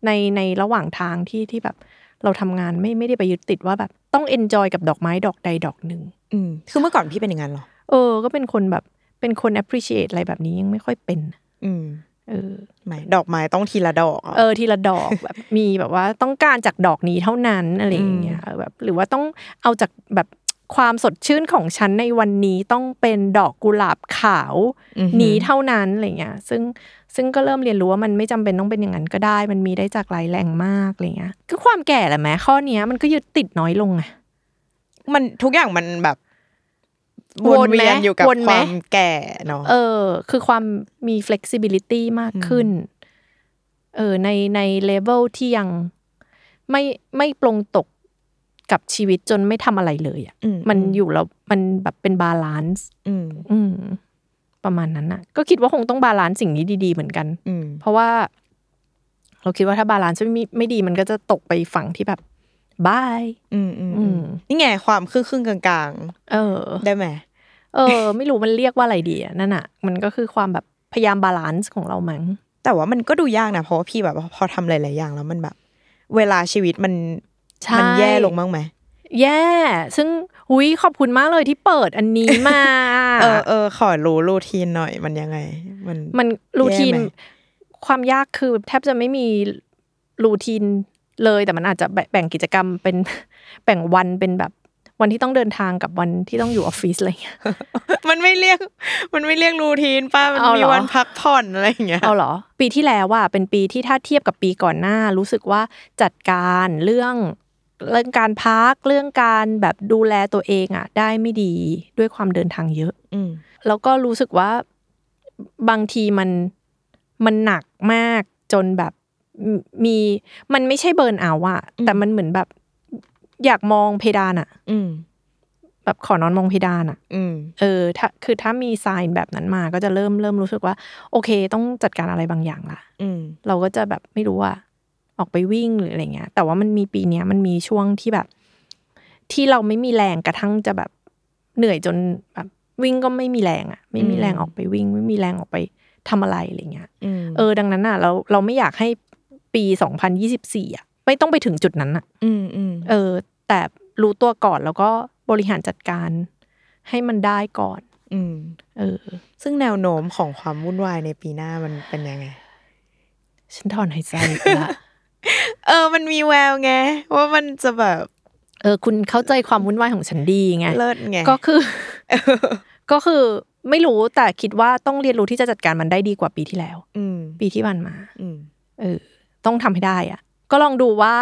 S4: ในในระหว่างทางที่ที่แบบเราทำงานไม่ไม่ได้ไปยึดติดว่าแบบต้องเอนจอยกับดอกไม้ดอกใดดอกหนึ่ง
S3: อืมคือเมื่อก่อนพี่เป็นอย่างนั้นเหรอ
S4: เออ ก็เป็นคนแบบเป็นคน appreciate อะไรแบบนี้ยังไม่ค่อยเป็นนะ
S3: อืม
S4: เออ
S3: ไม่ดอกไม้ต้องทีละดอกอะ
S4: เออทีละดอกแบบ มีแบบว่าต้องการจากดอกนี้เท่านั้นอะไรอย่างเงี้ยเออแบบหรือว่าต้องเอาจากแบบความสดชื่นของฉันในวันนี้ต้องเป็นดอกกุหลาบขาว
S3: อือหือ
S4: นี้เท่านั้นอะไรเงี้ยซึ่งซึ่งก็เริ่มเรียนรู้ว่ามันไม่จำเป็นต้องเป็นอย่างนั้นก็ได้ มันมีได้จากหลายแหล่งมากอะไรเงี้ยคือความแก่แหละแม้ข้อเนี้ยมันก็ยึดติดน้อยลงไง
S3: มันทุกอย่างมันแบบว
S4: วน นไหม
S3: เวียนอยู่กับ
S4: วน
S3: ค
S4: ไหม
S3: วามแก่เนาะ
S4: เออ คือความมี flexibility มากขึ้น เออ ในในเลเวลที่ยังไม่ไม่ปรงตกกับชีวิตจนไม่ทำอะไรเลยอะ่ะ
S3: อืม
S4: มันอยู่แล้วมันแบบเป็นบาลานซ์
S3: อืม
S4: อืม ประมาณนั้นน่ะ ก็คิดว่าคงต้องบาลานซ์สิ่งนี้ดี ๆ เหมือนกัน
S3: อืม
S4: เพราะว่า เราคิดว่าถ้าบาลานซ์ไม่ไม่ดีมันก็จะตกไปฝั่งที่แบบบาย
S3: อืมอืม
S4: อื
S3: อืม
S4: ม
S3: นี่ไงความครึ่งครึ่งๆกลาง
S4: เออ
S3: ๆ ได้ไหม
S4: เออ ไม่รู้มันเรียกว่าอะไรดีอะนั่นอ่ะ มันก็คือความแบบพยายามบาลานซ์ของเรามั้ง
S3: แต่ว่ามันก็ดูยากนะเพราะว่าพี่แบบว่าพอทำหลายๆอย่างแล้วมันแบบ เวลาชีวิตมัน
S4: ใช่
S3: มันแย่ลงบ้างไหม
S4: แย่ซึ่งหุยขอบคุณมากเลยที่เปิดอันนี้มา
S3: เออเออขอรู้รูทีนหน่อยมันยังไง มัน
S4: มันรูทีน
S3: แย่ไหม
S4: ความยากคือแทบจะไม่มีรูทีนเลยแต่มันอาจจะแบแบ่งกิจกรรมเป็น แบ่งวันเป็นแบบวันที่ต้องเดินทางกับวันที่ต้องอยู่ออฟฟิศอะไรอย่างเงี้ย
S3: มันไม่เรียก มันไม่เรียกรูทีนป้ามัน
S4: เอาเหรอ
S3: มีวันพักผ่อนอะไรอย่างเงี้ย
S4: เอาเหรอ ปีที่แล้วว่าเป็นปีที่ถ้าเทียบกับปีก่อนหน้า รู้สึกว่าจัดการเรื่องเรื่องการพักเรื่องการแบบดูแลตัวเองอ่ะ ได้ไม่ดีด้วยความเดินทางเยอะ
S3: อืม
S4: แล้วก็รู้สึกว่าบางทีมันมันหนักมาก จนแบบมมีมันไม่ใช่เบิร์นเอาท์อะ
S3: อืม
S4: แต่มันเหมือนแบบอยากมองเพดานอะ
S3: อืม
S4: แบบขอนอนมองเพดานอะ
S3: อืม
S4: เออถ้าคือถ้ามีไซน์แบบนั้นมาก็จะเริ่มเริ่มรู้สึกว่า โอเค ต้องจัดการอะไรบางอย่างละ
S3: อืม
S4: เราก็จะแบบไม่รู้ว่าออกไปวิ่งหรืออะไรเงี้ย แต่ว่ามันมีปีเนี้ยมันมีช่วงที่แบบ ที่เราไม่มีแรงกระทั่งจะแบบเหนื่อยจนแบบวิ่งก็ไม่มีแรงอะไม่มีแรงออกไปวิ่ง ไม่มีแรงออกไปทำอะไรอะไรเงี้ย
S3: อืม
S4: เออดังนั้นอ่ะเราเราไม่อยากให้ปี 2024อ่ะไม่ต้องไปถึงจุดนั้นอ่ะ
S3: อืมอืม
S4: เออ แต่รู้ตัวก่อนแล้วก็บริหารจัดการ ให้มันได้ก่อน
S3: อืม
S4: เออ
S3: ซึ่งแนวโน้มของความวุ่นวายในปีหน้ามันเป็นยังไง
S4: ฉันถอนหายใจละ
S3: เออ มันมีแววไง ว่ามันจะแบบ
S4: เออ คุณเข้าใจความวุ่นวายของฉันดีไง
S3: เลิศไง
S4: ก็ คือ ก็คือไม่รู้แต่คิดว่าต้องเรียนรู้ที่จะจัดการมันได้ดีกว่าปีที่แล้ว
S3: อืม
S4: ปีที่ผ่านมา
S3: อืม
S4: เออ ต้องทำให้ได้อ่ะ ก็ลองดูว่า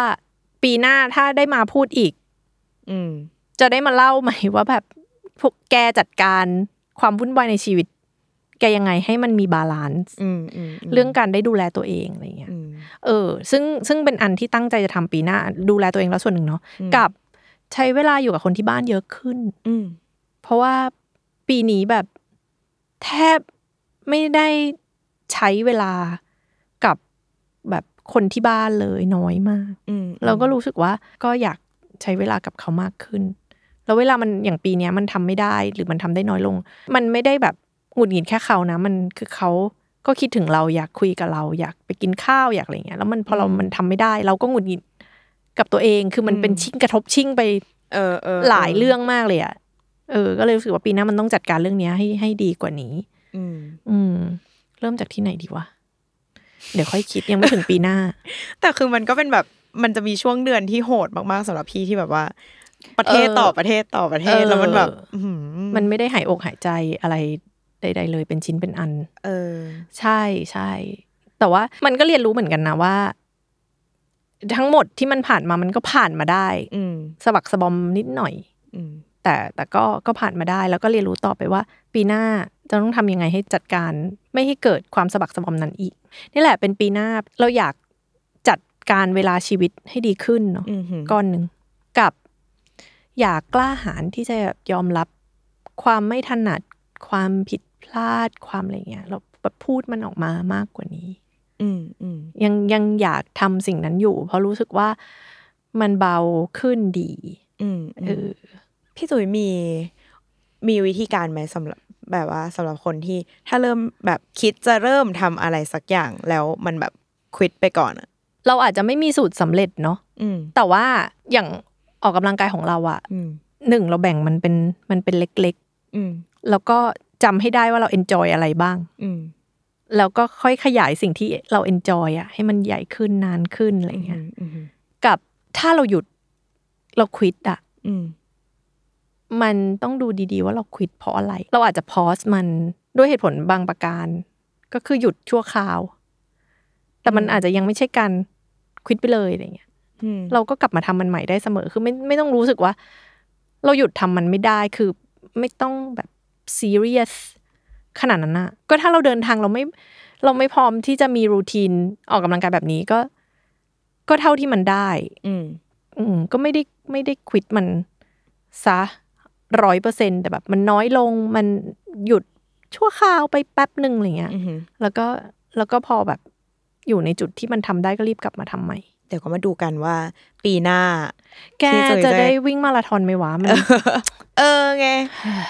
S4: ปีหน้าถ้าได้มาพูดอีก
S3: อืม
S4: จะได้มาเล่าไหมว่าแบบพวกแกจัดการความวุ่นวายในชีวิต แกยังไงให้มันมีบาลานซ์
S3: อืมอืม
S4: เรื่องการได้ดูแลตัวเองอะไรเงี้ย
S3: อืม
S4: เออ ซึ่งซึ่งเป็นอันที่ตั้งใจจะทำปีหน้า ดูแลตัวเองแล้วส่วนหนึ่งเนาะ
S3: อืม
S4: กับใช้เวลาอยู่กับคนที่บ้านเยอะขึ้น
S3: อืม
S4: เพราะว่าปีนี้แบบแทบไม่ได้ใช้เวลากับแบบคนที่บ้านเลยน้อยมาก
S3: อืม
S4: เราก็รู้สึกว่าก็อยากใช้เวลากับเขามากขึ้น แล้วเวลามันอย่างปีเนี้ยมันทำไม่ได้หรือมันทำได้น้อยลง มันไม่ได้แบบหงุดหงิดแค่เขานะ มันคือเขาก็คิดถึงเราอยากคุยกับเรา อยากไปกินข้าวอยากอะไรเงี้ยแล้วมันพอเรามันทำไม่ได้ เราก็หงุดหงิดกับตัวเองคือมันเป็นชิ่งกระทบชิ่งไป
S3: เออเออ
S4: หลายเรื่องมากเลยอ่ะ เออ ก็เลยรู้สึกว่าปีหน้ามันต้องจัดการเรื่องเนี้ยให้ให้ดีกว่านี้
S3: อืม
S4: อืม เริ่มจากที่ไหนดีวะ เดี๋ยวค่อยคิดยังไม่ถึงปีหน้า
S3: แต่คือมันก็เป็นแบบมันจะมีช่วงเดือนที่โหดมากๆสำหรับพี่ที่แบบว่า ประเทศ
S4: เออ
S3: ต่อประเทศต่อประเทศ
S4: เออ
S3: แล้วมันแบบอื้อหือ
S4: มันไม่ได้หายอกหายใจอะไรใดๆเลยเป็นชิ้นเป็นอัน
S3: เออ
S4: ใช่ใช่ แต่ว่ามันก็เรียนรู้เหมือนกันนะว่า ทั้งหมดที่มันผ่านมามันก็ผ่านมาได้
S3: อืม
S4: สะบักสะบอมนิดหน่อย
S3: อืม
S4: แต่แต่ก็ก็ผ่านมาได้แล้วก็เรียนรู้ต่อไปว่า ปีหน้าจะต้องทำยังไงให้จัดการไม่ให้เกิดความสะบักสะบอมนั้นอีก นี่แหละเป็นปีหน้าเราอยากจัดการเวลาชีวิตให้ดีขึ้นเนาะ
S3: อืมหืม
S4: ก้อนหนึ่งกับ อยากกล้าหาญที่จะยอมรับความไม่ถนัดความผิดพลาดความอะไรเงี้ยเราแบบพูดมันออกมามากกว่านี้
S3: อืมอืม
S4: ยังยังอยากทำสิ่งนั้นอยู่ เพราะรู้สึกว่ามันเบาขึ้นดี
S3: อืม
S4: เออ
S3: พี่จุ๋ยมีมีวิธีการไหมสำหรับแบบว่าสำหรับคนที่ถ้าเริ่มแบบคิดจะเริ่มทำอะไรสักอย่างแล้วมันแบบควิดไปก่อนอ่ะ
S4: เราอาจจะไม่มีสูตรสำเร็จเนาะ
S3: อืม
S4: แต่ว่าอย่างออกกำลังกายของเราอะ
S3: อืม
S4: หนึ่งเราแบ่งมันเป็นมันเป็นเล็ก
S3: อืม
S4: ๆ แล้วก็จำให้ได้ว่าเราเอนจอยอะไรบ้าง
S3: อืม
S4: แล้วก็ค่อยขยายสิ่งที่เราเอนจอยอะให้มันใหญ่ขึ้นนานขึ้นอะไรเงี้ย
S3: อืมอืม
S4: กับถ้าเราหยุดเราควิดอะ
S3: อืม
S4: มันต้องดูดีๆ ว่าเราควิดเพราะอะไร เราอาจจะพอสมันด้วยเหตุผลบางประการ ก็คือหยุดชั่วคราว แต่มันอาจจะยังไม่ใช่การควิดไปเลยอะไรเงี้ย
S3: อืม
S4: เราก็กลับมาทำมันใหม่ได้เสมอ คือไม่ไม่ต้องรู้สึกว่า เราหยุดทำมันไม่ได้ คือไม่ต้องแบบซีเรียสขนาดนั้นนะก็ถ้าเราเดินทางเราไม่ เราไม่พร้อมที่จะมีรูทีนออกกำลังกายแบบนี้ก็ ก็เท่าที่มันได้
S3: อืม
S4: อืมก็ไม่ได้ไม่ได้ควิดมันซะร้อยเปอร์เซ็นแต่แบบ มันน้อยลง มันหยุดชั่วคราวไปแป๊บหนึ่งอะไรเงี้ย
S3: อืม
S4: แล้วก็แล้วก็พอแบบอยู่ในจุดที่มันทำได้ก็รีบกลับมาทำใหม่
S3: เดี๋ยวก็มาดูกันว่า ปีหน้า
S4: แก
S3: ที่จะ
S4: จะ
S3: ได้
S4: ได้วิ่งมาราธอนไหมวะมัน
S3: เออไง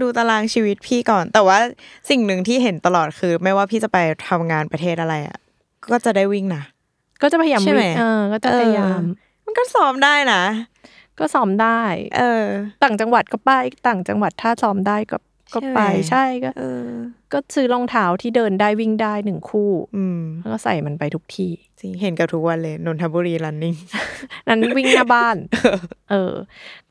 S3: ดูตารางชีวิตพี่ก่อน แต่ว่าสิ่งหนึ่งที่เห็นตลอดคือ ไม่ว่าพี่จะไปทำงานประเทศอะไรอ่ะก็จะได้วิ่งนะ
S4: ก็จะพยายาม
S3: ใช่ไหม
S4: วิ่งเออ ก็จะพยายาม
S3: เออ มันก็ซ้อมได้นะ
S4: ก็ซ้อมได้
S3: เออ
S4: ต่างจังหวัดก็ไป ต่างจังหวัดถ้าซ้อมได้ก็ก็ไป
S3: ใช่
S4: ใช่
S3: ไหม
S4: ก็
S3: เออ
S4: ก็ซื้อรองเท้าที่เดินได้วิ่งได้หนึ่งคู่
S3: อืม
S4: แล้วก็ใส่มันไปทุกที่
S3: จริงเห็นกับทุกวันเลยนนทบุรี running
S4: นั้นวิ่งหน้าบ้าน เออ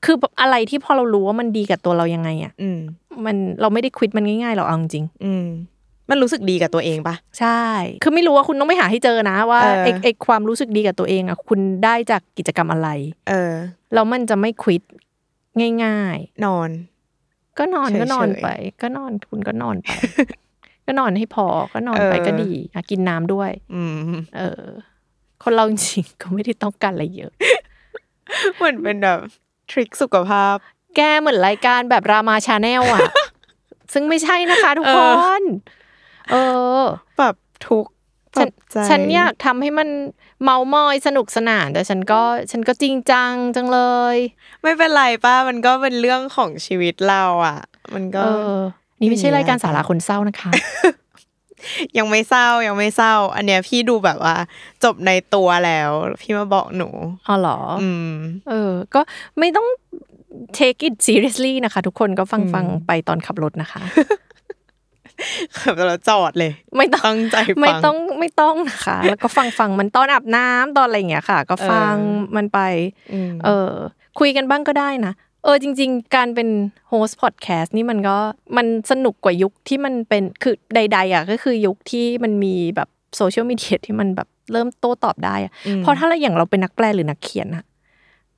S4: คือแบบอะไรที่พอเรารู้ว่ามันดีกับตัวเรายังไงอ่ะ
S3: อืม
S4: มันเราไม่ได้ควิดมันง่ายๆหรอกเอาจริง
S3: อืม มันรู้สึกดีกับตัวเองปะ
S4: ๆใช่ คือไม่รู้ว่าคุณต้องไปหาให้เจอนะ ว่า
S3: เออ
S4: ไอ้ไอ้ความรู้สึกดีกับตัวเองอ่ะ คุณได้จากกิจกรรมอะไร
S3: เออ
S4: แล้วมันจะไม่ควิดง่าย ๆ
S3: นอน
S4: ก็นอนก็นอน
S3: เฉยๆ
S4: ไป ก็นอนคุณก็นอนไป ก็นอนให้พอก็นอนไป
S3: เออ
S4: ก็ดีอ่ะกินน้ำด้วย
S3: อืม
S4: เออ คนเราจริงๆก็ไม่ได้ต้องการอะไรเยอะ
S3: เหมือนเป็นแบบทริคสุขภาพ
S4: แกเหมือนรายการแบบรามาชาแนลอ่ะ ซึ่งไม่ใช่นะคะทุกคน เออ
S3: ปรับทุกข์ป
S4: ฉั
S3: รั
S4: น
S3: บใจ
S4: ฉันอยากทำให้มันเมามอยสนุกสนาน แต่ฉันก็ฉันก็จริงจังจังเลย
S3: ไม่เป็นไรป้ามันก็เป็นเรื่องของชีวิตเราอ่ะ มันก็
S4: เออ นี่ไม่ใช่รายการ
S3: อย่างนี้
S4: สาระคนเศร้านะคะ
S3: ยังไม่เศร้ายังไม่เศร้า อันเนี้ยพี่ดูแบบว่า จบในตัวแล้ว พี่มาบอกหนู
S4: อ๋อเหรออ
S3: อืม
S4: เออ ก็ไม่ต้อง take it seriously นะคะ ทุกคนก็ฟัง
S3: อืม
S4: ฟังไปตอนขับรถนะคะ
S3: ขับเราจอดเลย
S4: ไม่ต้อง
S3: ตั้งใจฟัง
S4: ไม่ต้องไม่ต้องนะคะ แล้วก็ฟังฟังมันตอนอาบน้ำตอนอะไรอย่างเงี้ยค่ะ ก็ฟัง
S3: เออ
S4: มันไป
S3: ม
S4: เออคุยกันบ้างก็ได้นะ เออจริง ๆ การเป็นโฮสต์พอดแคสต์นี่มันก็มันสนุกกว่ายุคที่มันเป็นคือใด ๆอ่ะก็คือยุคที่มันมีแบบโซเชียลมีเดียที่มันแบบเริ่มโต้ตอบได้อะ
S3: อืม
S4: เพราะถ้าเราอย่างเราเป็นนักแปลหรือนักเขียนอะ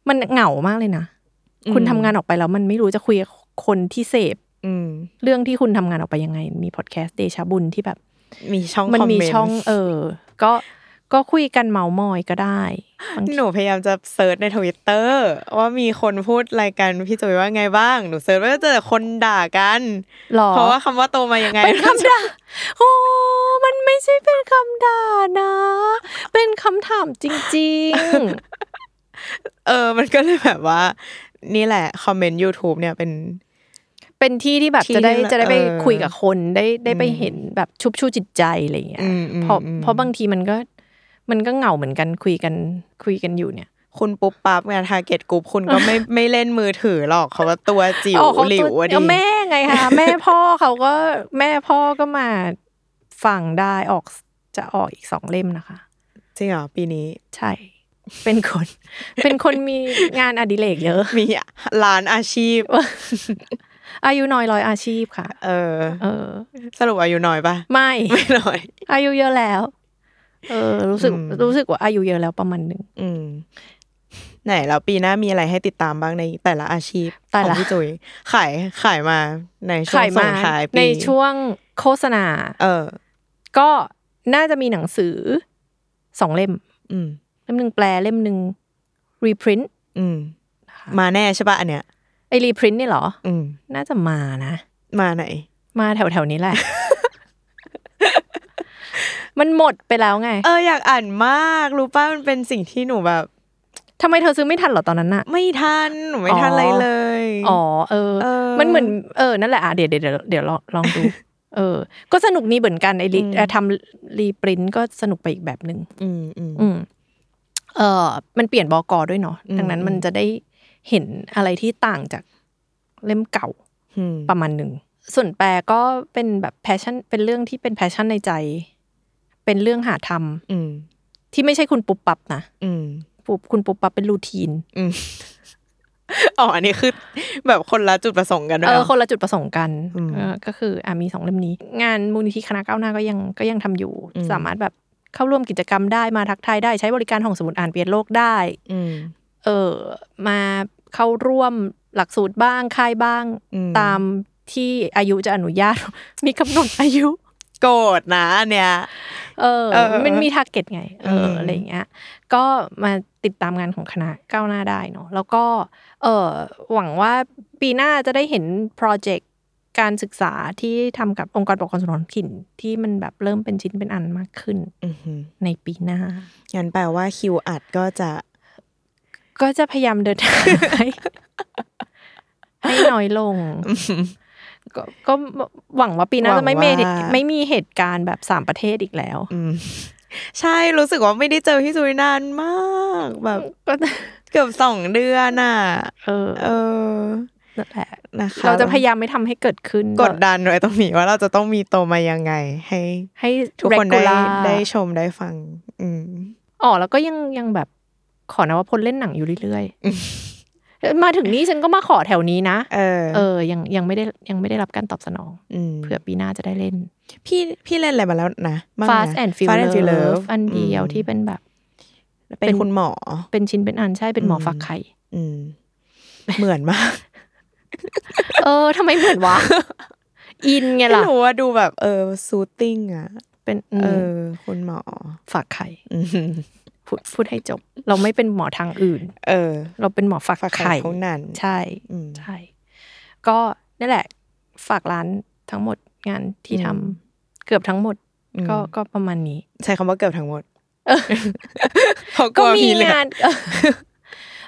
S4: มันเหงามากเลยนะ
S3: อืม
S4: คุณทำงานออกไปแล้วมันไม่รู้จะคุยกับคนที่เสพ
S3: อืม
S4: เรื่องที่คุณทำงานออกไปยังไง มีพอดแคสต์เดชะบุญที่แบบ
S3: มีช่อง
S4: มัน
S3: คอม
S4: มี
S3: เมนต์
S4: ช่องเออ ก็ก็คุยกันเมามอยก็ได้บางที
S3: หนูพยายามจะเซิร์ชในทวิตเตอร์ว่ามีคนพูดรายการพี่จุ๋ยว่าไงบ้างหนูเซิร์ชว่าเจอแต่คนด่ากัน
S4: หรอ
S3: เพราะว่าคำว่าโตมายังไง
S4: เป็นคำด่า โอ้ มันไม่ใช่เป็นคำด่านะ เป็นคำถามจริง
S3: เออ มันก็เลยแบบว่า นี่แหละ คอมเมนต์ YouTube เนี่ยเป็น
S4: ๆ เป็นที่ที่แบบ
S3: ที่
S4: จะได้จะได้ไป
S3: เออ
S4: คุยกับคนได้ได้ไป
S3: อืม
S4: เห็นแบบชุบชูจิตใจอะไรอย่างเงี้ย
S3: อืมอืม
S4: เพราะ
S3: อืม
S4: เพราะบางทีมันก็มันก็เหงาเหมือนกันคุยกันคุยกันอยู่เนี่ย
S3: คุณปุ๊บปั๊บงานทาร์เก็ตกลุ่มคุณก็ไม่ ไม่เล่นมือถือหรอกเขาว่าตัวจิ๋ว
S4: อ๋อเขา
S3: หลิ
S4: ตัว
S3: อะดิ
S4: ก็แม่ไง คะแม่พ่อเขาก็แม่พ่อก็มาฟังได้ออกจะออกอีกสองเล่มนะคะ
S3: จริงเหรอปีนี้
S4: ใช่ เป็นคน เป็นคนมีงานอดิเรกเยอะ
S3: มีร้านอาชีพ
S4: อายุน้อยร้อยอาชีพค่ะ
S3: เออ
S4: เออ
S3: สรุปอายุน้อยปะ
S4: ไม่
S3: ไม่ น้อย
S4: อายุเยอะแล้ว เออ รู้สึก
S3: อืม
S4: รู้สึกว่าอายุเยอะแล้วประมาณหนึ่ง
S3: อืม ไหนแล้วปีหน้ามีอะไรให้ติดตามบ้างในแต่ละอาชีพ
S4: แต่
S3: ของ
S4: ละ
S3: พี่จุ๋ยขายขายมาในช่ว
S4: ขาง ย
S3: ส่
S4: มาง
S3: ท้ายปี
S4: ในช่วงโฆษณา
S3: เออ
S4: ก็น่าจะมีหนังสือสองเล่ม
S3: อืม
S4: เล่มหนึ่งแปลเล่มหนึ่งรีพรินต์
S3: อืม มาแน่ใช่ปะอันเนี้ย
S4: ไอรีพรินต์นี่เหรอ
S3: อืม
S4: น่าจะมานะ
S3: มาไหน
S4: มาแถวแถวๆนี้แหละ มันหมดไปแล้วไง
S3: เอออยากอ่านมากรู้ป่ะมันเป็นสิ่งที่หนูแบบ
S4: ทำไมเธอซื้อไม่ทันเหรอตอนนั้นอะ
S3: ไม่ทันหนูไม่ทัน
S4: อ๋ออ
S3: อะไรเลย
S4: อ๋อเออ
S3: เออ
S4: มันเหมือนเออนั่นแหละอ่ะเดี๋ยวเดี๋ยวเดี๋ยวเดี๋ยวลองลอง ดู เออ ก็สนุกนี่เหมือนกันไอ้รี
S3: อืม
S4: เอ่อทำรีปรินต์ก็สนุกไปอีกแบบหนึ่ง
S3: อืมอืม
S4: อืมเออมันเปลี่ยนบกด้วยเนาะ
S3: อืม
S4: ดังนั้นมันจะได้เห็นอะไรที่ต่างจากเล่มเก่า
S3: อืม
S4: ประมาณหนึ่งส่วนแปลก็เป็นแบบแพชชั่นเป็นเรื่องที่เป็นแพชชั่นในใจ เป็นเรื่องหาท
S3: อืม
S4: ำที่ไม่ใช่คุณปุบปับนะ
S3: อืม
S4: ปุบคุณปุบปับเป็นรูทีน
S3: อืมอ๋ออันนี้คือแบบคนละจุดประสงค์กันด้วย
S4: เอ
S3: หร
S4: อคนละจุดประสงค์กัน
S3: อืม
S4: เออก็คืออ่ะมีสองเล่มนี้ งานมูลนิธิคณะก้าวหน้าก็ยังก็ยังทำอยู่
S3: อืม
S4: สามารถแบบเข้าร่วมกิจกรรมได้มาทักทายได้ใช้บริการห้องสมุดอ่านเปลี่ยนโลกได้
S3: อืม
S4: เออมาเข้าร่วมหลักสูตรบ้างค่ายบ้าง
S3: อืม
S4: ตามที่อายุจะอนุญาต มีกำหนดอายุ
S3: โกรธนะอันเนี้ย
S4: เออ
S3: เออ
S4: มันมีทาร์เก็ตไงเออ
S3: อื
S4: อ
S3: ม
S4: อะไรอย่างเงี้ยก็มาติดตามงานของคณะก้าวหน้าได้เนาะแล้วก็เออหวังว่าปีหน้าจะได้เห็นโปรเจกต์การศึกษาที่ทำกับองค์กรปกครองส่วนท้องถิ่นที่มันแบบเริ่มเป็นชิ้นเป็นอันมากขึ้น
S3: อือหือ
S4: ในปีหน้า
S3: งั้นแปลว่าคิวอัดก็จะ
S4: ก็จะพยายามเดินทางให้ ให้น้อยล ง ก็ก็หวังว่าปีหน้าจะไม่มีเหตุไม่มีเหตุการณ์แบบสามประเทศอีกแล้ว
S3: อืม ใช่รู้สึกว่าไม่ได้เจอพี่จุยนานมากแบบ
S4: ก็
S3: เกือบสองเดือนอ่ะ
S4: เออ
S3: เออ
S4: นั่นแหละ
S3: นะคะ
S4: เราจะพยายามไม่ทำให้เกิดขึ้น
S3: กดดันไว้ตรงนี้ว่าเราจะต้องมีโตมายังไง ให้
S4: ให้
S3: ทุกคนได้
S4: เรกูล่า
S3: ได้ชมได้ฟัง อืม
S4: อ๋อแล้วก็ยังยังแบบขอนวพลเล่นหนังอยู่เรื่อย
S3: อืม
S4: ๆ มาถึงนี้ฉันก็มาขอแถวนี้นะ
S3: เออ
S4: เออ ยังยังไม่ได้ยังไม่ได้รับการตอบสนอง
S3: ม
S4: เผื่อปีหน้าจะได้เล่น
S3: พี่พี่เล่นอะไรมาแล้วนะบ้างนะ
S4: Fast and
S3: Fast
S4: Furious
S3: Furious
S4: อันเดียว
S3: อืม
S4: ที่เป็นแบบ
S3: เป็นคุณหมอ
S4: เป็นชิ้นเป็นอันใช่เป็นหมออ
S3: ม
S4: ฝักไข่
S3: อืม เหมือนมาก
S4: เออทำไมเหมือนวะ อินไง
S3: ไม่
S4: ล่ะ
S3: รู้ว่าดูแบบเออซูติ้งอ่ะ
S4: เป็นอืม
S3: เออคุณหมอ
S4: ฝากไข่
S3: อืม
S4: พูดพูดให้จบ เราไม่เป็นหมอทางอื่น
S3: เออ
S4: เราเป็นหมอฝาก
S3: ฝากไข่
S4: ไข่
S3: เท่านั้น
S4: ใช่
S3: อืม
S4: ใช่ ก็นั่นแหละ ฝากร้านทั้งหมดงานที่ทำ
S3: อืม
S4: เกือบทั้งหมด
S3: อืม
S4: ก็ก็ประมาณนี้
S3: ใช้คำว่าเกือบทั้งหมด
S4: เออ
S3: เพราะ
S4: ก็
S3: ลัว
S4: มี
S3: เหลือง
S4: าน เออ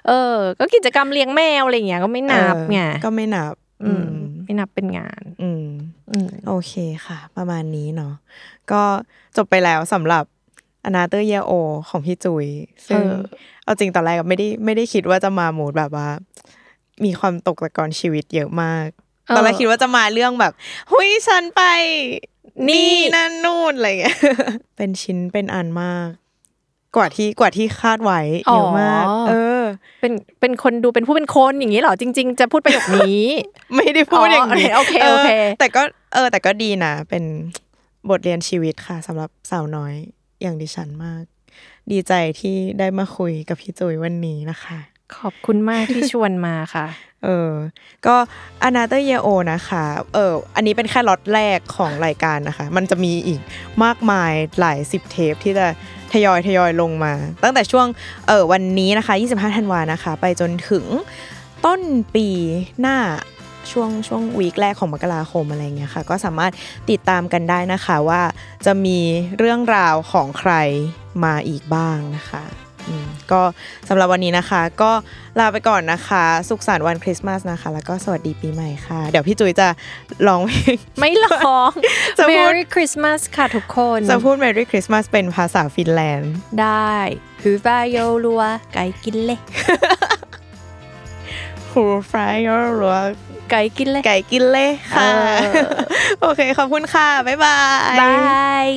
S4: เออ ก็กิจกรรมเลี้ยงแมวอะไรอย่างเงี้ยก็ไม่นับไง
S3: เออก็ไม่นับ
S4: อื
S3: อื
S4: ม
S3: ม
S4: ไม่นับเป็นงาน
S3: อืม
S4: อืม
S3: โอเคค่ะ ประมาณนี้เนาะก็จบไปแล้วสำหรับอนาเตอร์เยโอของพี่จุยซึ่ง
S4: เออ
S3: เอาจริงตอนแรกอะไม่ได้ไม่ได้คิดว่าจะมาโหมดแบบว่า มีความตกตะกอนชีวิตเยอะมาก ตอนแรกคิดว่าจะมาเรื่องแบบหุยฉันไป นี่นั่นนู่นอะไรเงี้ย เป็นชิ้นเป็นอันมาก กว่าที่กว่าที่คาดไว้เยอะมาก
S4: อ๋อ
S3: เออ
S4: เป็นเป็นคนดูเป็นผู้เป็นคนอย่างนี้เหรอจริง ๆ จะพูดประโยคนี้
S3: ไม่ได้ พูดอย่างนี้
S4: อ๋อโอเคโอเค
S3: แต่ก็เออ แต่ก็ดีนะ เป็นบทเรียนชีวิตค่ะสำหรับสาวน้อยอย่างดิฉันมาก ดีใจที่ได้มาคุยกับพี่จุ๋ยวันนี้นะคะ
S4: ขอบคุณมากที่ชวนมาค่ะ
S3: เออ ก็อนาเตอร์เยโอนะคะ เออ อันนี้เป็นแค่ล็อตแรกของรายการนะคะ มันจะมีอีกมากมายหลายสิบเทปที่จะทยอยทยอยลงมา ตั้งแต่ช่วง เออวันนี้นะคะ 25 ธันวานะคะ ไปจนถึงต้นปีหน้าช่วงช่วงวีคแรกของมกราคมอะไรเงี้ยค่ะ ก็สามารถติดตามกันได้นะคะว่าจะมีเรื่องราวของใครมาอีกบ้างนะคะอืมก็สำหรับวันนี้นะคะ ก็ลาไปก่อนนะคะ สุขสันต์วันคริสต์มาสนะคะ แล้วก็สวัสดีปีใหม่ค่ะ เดี๋ยวพี่จุ๋ยจะร้องเพ ลง
S4: ไม่ร้อง
S3: จะพูด
S4: Merry Christmas ค่ะทุกคน
S3: จะพูด Merry Christmas เป็นภาษาฟินแลนด์
S4: ได้ฮือวาโยรัว ไก่กินเลย
S3: Who fry your rock
S4: ไก่กินเลย
S3: ไก่กินเลยค่ะ
S4: เออ
S3: โอเค ขอบคุณค่ะ บ๊ายบาย
S4: บาย